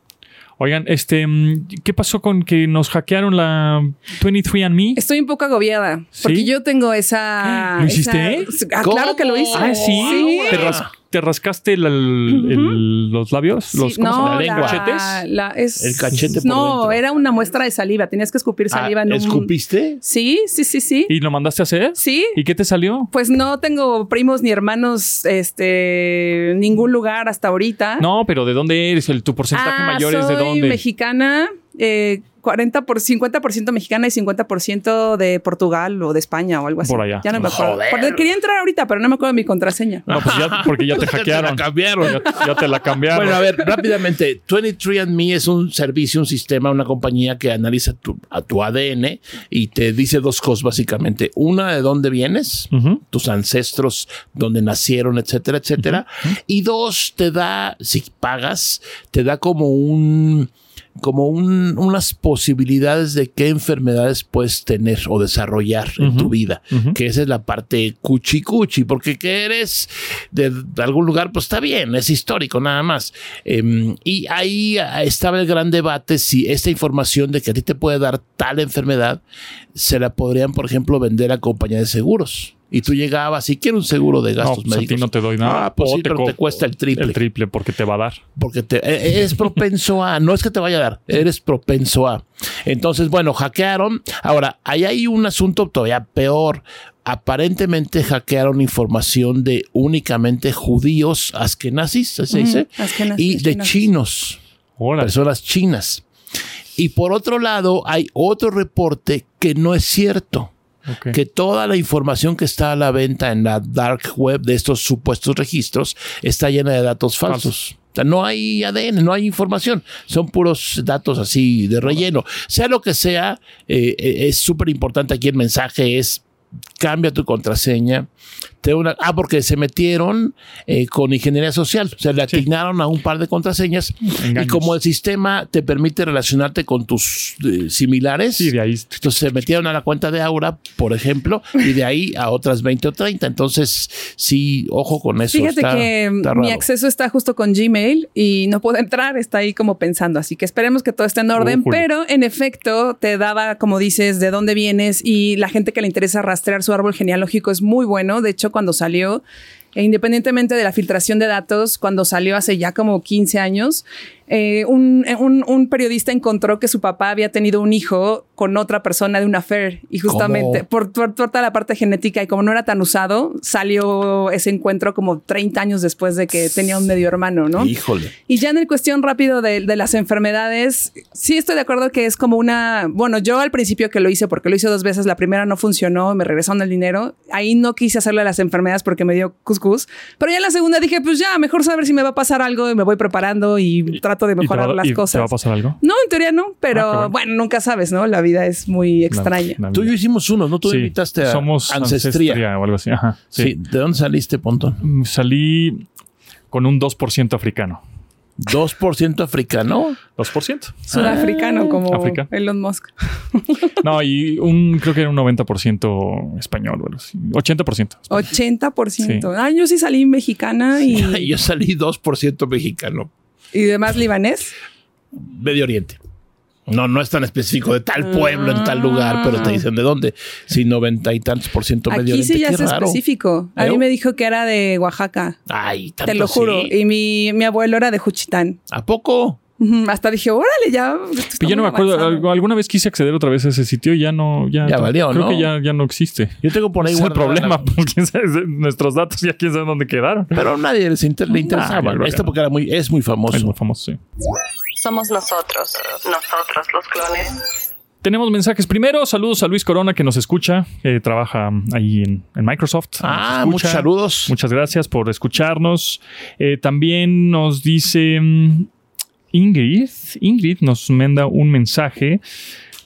Oigan, este, mm, ¿qué pasó con que nos hackearon la 23andMe?
Estoy un poco agobiada
¿Sí?
porque yo tengo esa.
¿Lo hiciste?
esa- ah, claro que lo hice.
¿Cómo? Ah,
sí. ¿Te, ras- te rascaste el- el- el- los labios?
Sí,
¿Los, cómo se
no,
llama?
la
¿Los
lengua.
cachetes?
la- es-
El cachete por
No,
dentro.
era una muestra de saliva. Tenías que escupir saliva
Ah,
en un.
¿Escupiste?
Sí, sí, sí, sí.
¿Y lo mandaste a hacer?
Sí.
¿Y qué te salió?
Pues no tengo primos ni hermanos, este, en ningún lugar hasta ahorita.
No, pero ¿de dónde eres? El, ¿Tu porcentaje
Ah,
mayor es de
soy
dónde?
mexicana, eh, 40 por 50% mexicana y 50% de Portugal o de España o algo así.
Por allá.
Ya no me acuerdo.
Joder.
Porque quería entrar ahorita, pero no me acuerdo de mi contraseña.
No, pues ya, porque ya te hackearon.
la cambiaron.
Ya, ya te la cambiaron.
Bueno, a ver, rápidamente, 23andMe es un servicio, un sistema, una compañía que analiza tu, a tu ADN y te dice dos cosas básicamente. Una, de dónde vienes,
Ujú.
tus ancestros, dónde nacieron, etcétera, etcétera. Y dos, te da, si pagas, te da como un como un- unas posibilidades de qué enfermedades puedes tener o desarrollar en tu vida, que esa es la parte cuchi cuchi, porque que eres de, de algún lugar, pues está bien, es histórico nada más. Em, y ahí ah, estaba el gran debate si esta información de que a ti te puede dar tal enfermedad, se la podrían, por ejemplo, vender a compañías de seguros. Y tú llegabas y quiero un seguro de
No,
gastos
pues a ti
médicos.
no te doy nada.
Ah, pues
O
sí, pero
co-
te cuesta el triple.
El triple, porque te va a dar.
Porque te, e- eres propenso a, no es que te vaya a dar, eres propenso a. Entonces, bueno, hackearon. Ahora, ahí hay un asunto todavía peor. Aparentemente hackearon información de únicamente judíos askenazis, así se dice,
Mm, askenazis,
y de
chinos.
chinos,
Órale.
personas chinas. Y por otro lado, hay otro reporte que no es cierto
Ok.
que toda la información que está a la venta en la dark web de estos supuestos registros está llena de datos falsos. O sea, no hay ADN, no hay información, son puros datos así de relleno. Sea lo que sea, eh, eh, es súper importante aquí el mensaje es cambia tu contraseña. Te da una, ah, porque se metieron eh, con ingeniería social, o sea, le asignaron a un par de contraseñas y
Engaños.
como el sistema te permite relacionarte con tus eh, similares,
Sí, de ahí.
entonces se metieron a la cuenta de Aura, por ejemplo, y de ahí a otras 20 o 30. Entonces, sí, ojo con eso.
Fíjate
está-
que
está
mi
raro.
acceso está justo con Gmail y no puedo entrar, está ahí como pensando, así que esperemos que todo esté
Oh,
en orden,
Ujule.
pero en efecto te daba, como dices, de dónde vienes y la gente que le interesa rastrear su árbol genealógico es muy bueno, de hecho cuando salió, e independientemente de la filtración de datos, cuando salió hace ya como 15 años, eh, un, un- un periodista encontró que su papá había tenido un hijo con otra persona de una affair y justamente
¿Cómo?
por, por, por toda la parte genética y como no era tan usado, salió ese encuentro como 30 años después de que tenía un medio hermano, ¿no?
Híjole.
Y ya en el cuestión rápido de, de las enfermedades, sí estoy de acuerdo que es como una, bueno, yo al principio que lo hice porque lo hice dos veces, la primera no funcionó, me regresaron el dinero, ahí no quise hacerle a las enfermedades porque me dio cuscús, pero ya en la segunda dije, pues ya, mejor saber si me va a pasar algo y me voy preparando y, trato de
¿Y te va,
mejorar
a-
las
y ¿Te va a
cosas.
pasar algo?
No, en teoría no, pero
Ah, qué bueno.
bueno. nunca sabes, ¿no? La vida es muy extraña.
La- la
Tú y yo
vida.
hicimos uno, ¿no? Tú
Sí,
invitaste a
Somos
Ancestría.
ancestría. o algo así. Ajá.
Sí.
Sí.
¿De dónde saliste, Pontón?
Mm, Salí con un 2% africano.
2% africano.
2%.
Sudafricano, como
África.
Elon Musk.
No, y un, creo que era un 90% español, o algo así. 80%.
80%.
Sí.
Ah, yo sí salí mexicana y,
Yo salí 2% mexicano.
y demás libanés.
Medio Oriente. No, no es tan específico de tal pueblo en
Ah.
tal lugar, pero te dicen de dónde. Si noventa y tantos por ciento Medio
Aquí
Oriente.
sí ya
qué
es
raro.
específico. A
oh.
¿Veo?
mí me dijo que era de Oaxaca.
Ay, tanto
Te lo juro.
sí.
Y mi, mi abuelo era de Juchitán.
¿A poco?
Ujú, Hasta dije, órale, ya. esto está
Pero ya no
muy
me acuerdo,
avanzado.
algo- alguna vez quise acceder otra vez a ese sitio y ya no. Ya,
Ya valió,
Creo
¿no?
que ya, ya no existe.
Yo tengo por ahí
Ese es el
guardada la-
problema, pues, quién sabe, nuestros datos ya quién sabe dónde quedaron.
Pero a nadie les inter- le interesaba.
yo creo que
Esto
no.
porque era muy, es muy famoso.
Es muy famoso, sí.
Somos nosotros, nosotros los clones.
Tenemos mensajes. Primero, saludos a Luis Corona que nos escucha, que trabaja mm, ahí en, en Microsoft.
ah,
Nos
muchos
escucha.
saludos.
Muchas gracias por escucharnos. Eh, también nos dice mm, Ingrid, Ingrid nos manda un mensaje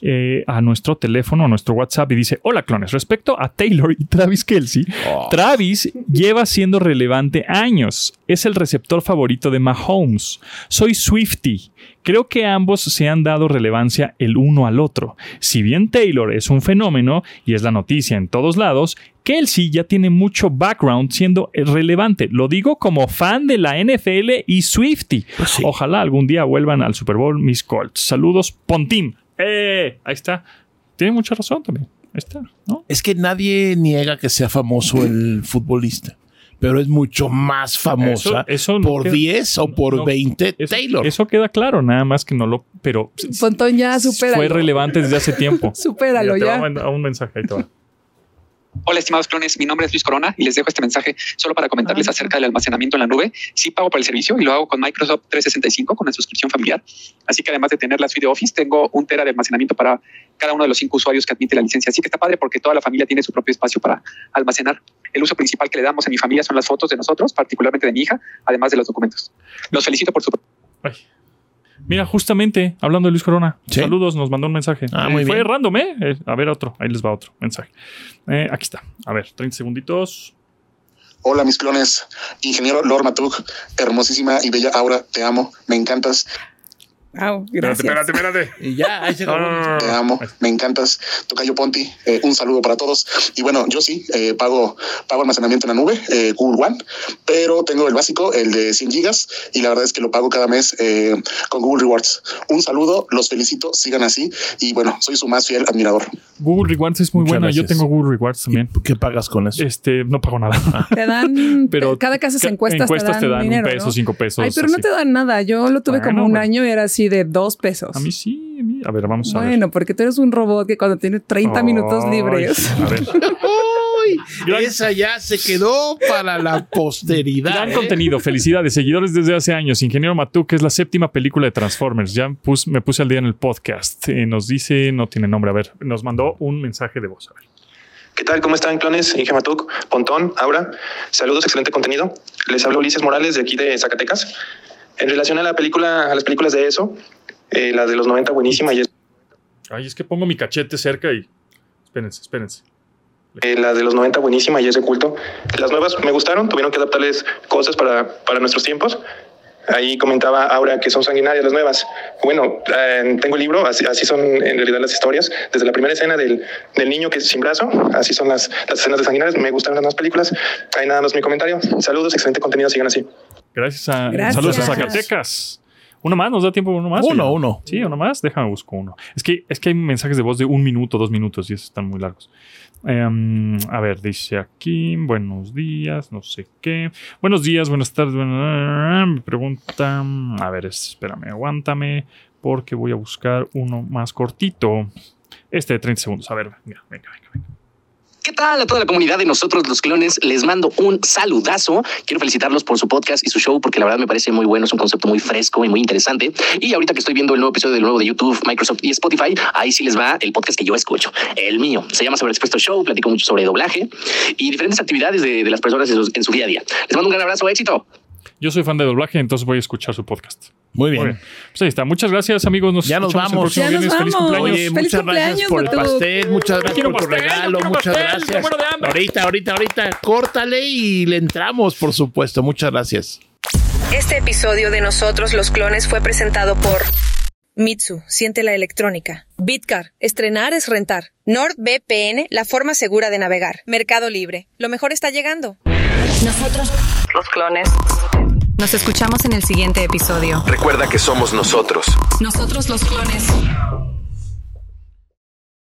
eh, a nuestro teléfono, a nuestro WhatsApp y dice, hola clones, respecto a Taylor y Travis Kelsey, Travis lleva siendo relevante años, es el receptor favorito de Mahomes, soy Swifty, creo que ambos se han dado relevancia el uno al otro, si bien Taylor es un fenómeno y es la noticia en todos lados, Kelsey ya tiene mucho background siendo relevante. Lo digo como fan de la NFL y Swifty. Ojalá algún día vuelvan al Super Bowl mis Colts. Saludos, Pontín. ¡Eh! Ahí está. Tiene mucha razón también. Ahí está, ¿no?
Es que nadie niega que sea famoso el futbolista, pero es mucho más famosa
Eso- eso no
por
queda-
10 o por
no,
20
Eso,
Taylor.
Eso queda claro, nada más que no lo. Pero s- s-
Pontón ya, supéralo.
fue relevante desde hace tiempo.
Supéralo
Mira, te
ya.
va a mandar un mensaje ahí te va.
Hola, estimados clones. Mi nombre es Luis Corona y les dejo este mensaje solo para comentarles acerca del almacenamiento en la nube. Sí pago por el servicio y lo hago con Microsoft 365 con la suscripción familiar. Así que además de tener la suite de Office, tengo un tera de almacenamiento para cada uno de los cinco usuarios que admite la licencia. Así que está padre porque toda la familia tiene su propio espacio para almacenar. El uso principal que le damos en mi familia son las fotos de nosotros, particularmente de mi hija, además de los documentos. Los felicito por su
Ay. Mira, justamente hablando de Luis Corona,
Sí.
saludos, nos mandó un mensaje.
Ah, muy
fue
bien.
random, ¿eh? Eh, A ver, otro. Ahí les va otro mensaje. Eh, aquí está. A ver, 30 segunditos.
Hola mis clones, ingeniero Lord Matuk, hermosísima y bella Aura, te amo, me encantas,
Au, gracias.
espérate.
Y ya, ahí se acabó.
Ah,
Ah. te amo, me encantas, Tocayo Ponti, eh, un saludo para todos. Y bueno, yo sí, eh, pago, pago almacenamiento en la nube, eh, Google One, pero tengo el básico, el de 100 gigas, y la verdad es que lo pago cada mes eh, con Google Rewards. Un saludo, los felicito, sigan así, y bueno, soy su más fiel admirador.
Google Rewards es muy
Muchas
buena. Yo
gracias.
tengo Google Rewards también.
¿Qué pagas con eso?
Este, no pago nada.
Te dan.
Pero
cada que haces
ca-
encuestas, te dan, dinero,
un peso,
¿no?
cinco pesos.
Ay, pero no
así.
te dan nada. Yo lo tuve
Bueno,
como un
bueno.
año y era así de dos pesos.
A mí sí. a mí- A ver, vamos a ver.
Bueno, porque tú eres un robot que cuando tiene 30 minutos libres.
Ay, A ver.
¡Uy!
Gran-
Esa ya se quedó para la posteridad.
Gran
¿eh?
contenido, felicidades, seguidores desde hace años. Ingeniero Matú, que es la séptima película de Transformers. Ya pus- me puse al día en el podcast. Eh, nos dice, no tiene nombre, a ver, nos mandó un mensaje de voz. A ver.
¿Qué tal? ¿Cómo están, clones? Ingematuk, Pontón, Aura. Saludos, excelente contenido. Les hablo Ulises Morales de aquí de Zacatecas. En relación a la película, a las películas de eso, eh, la de los 90 buenísima y
Ay, es que pongo mi cachete cerca y. Espérense, espérense.
eh, la de los 90 buenísima y es de culto. Las nuevas me gustaron, tuvieron que adaptarles cosas para, para nuestros tiempos. Ahí comentaba Aura que son sanguinarias las nuevas. Bueno, eh, tengo el libro, así, así son en realidad las historias. Desde la primera escena del, del niño que es sin brazo, así son las, las escenas de sanguinarias. Me gustaron las nuevas películas. Ahí nada más mi comentario. Saludos, excelente contenido, sigan así.
Gracias a.
Gracias.
Saludos a Zacatecas. Uno más, nos da tiempo uno más.
Uno,
Oye.
uno.
Sí, uno más. Déjame buscar uno. Es que, es que hay mensajes de voz de un minuto, dos minutos y esos están muy largos. Em, a ver, dice aquí, buenos días, no sé qué. Buenos días, buenas tardes. buena- Me pregunta, a ver, espérame, aguántame, porque voy a buscar uno más cortito. Este de 30 segundos. A ver, venga, venga, venga. venga.
¿Qué tal a toda la comunidad de nosotros los clones? Les mando un saludazo. Quiero felicitarlos por su podcast y su show porque la verdad me parece muy bueno, es un concepto muy fresco y muy interesante. Y ahorita que estoy viendo el nuevo episodio del nuevo de YouTube, Microsoft y Spotify, ahí sí les va el podcast que yo escucho, el mío. Se llama Sobre Expuesto Show, platico mucho sobre doblaje y diferentes actividades de, de las personas en su, en su día a día. Les mando un gran abrazo, éxito.
Yo soy fan de doblaje, entonces voy a escuchar su podcast.
Muy
Muy
bien.
bien. Pues ahí está. Muchas gracias, amigos. Nos
Ya nos
escuchamos el
vamos.
próximo
Ya nos
viernes. Feliz
vamos.
cumpleaños.
Oye,
Feliz
muchas
cumpleaños,
gracias por el
Matuc.
pastel, muchas gracias
quiero
por tu
pastel, yo
regalo,
quiero
muchas
pastel, me
gracias.
muero de hambre.
Ahorita, ahorita, ahorita, córtale y le entramos, por supuesto. Muchas gracias.
Este episodio de Nosotros los Clones fue presentado por Mitsu, siente la electrónica. Bitcar, estrenar es rentar. NordVPN, la forma segura de navegar. Mercado Libre, lo mejor está llegando.
Nosotros
los clones.
Nos escuchamos en el siguiente episodio.
Recuerda que somos nosotros.
Nosotros los clones.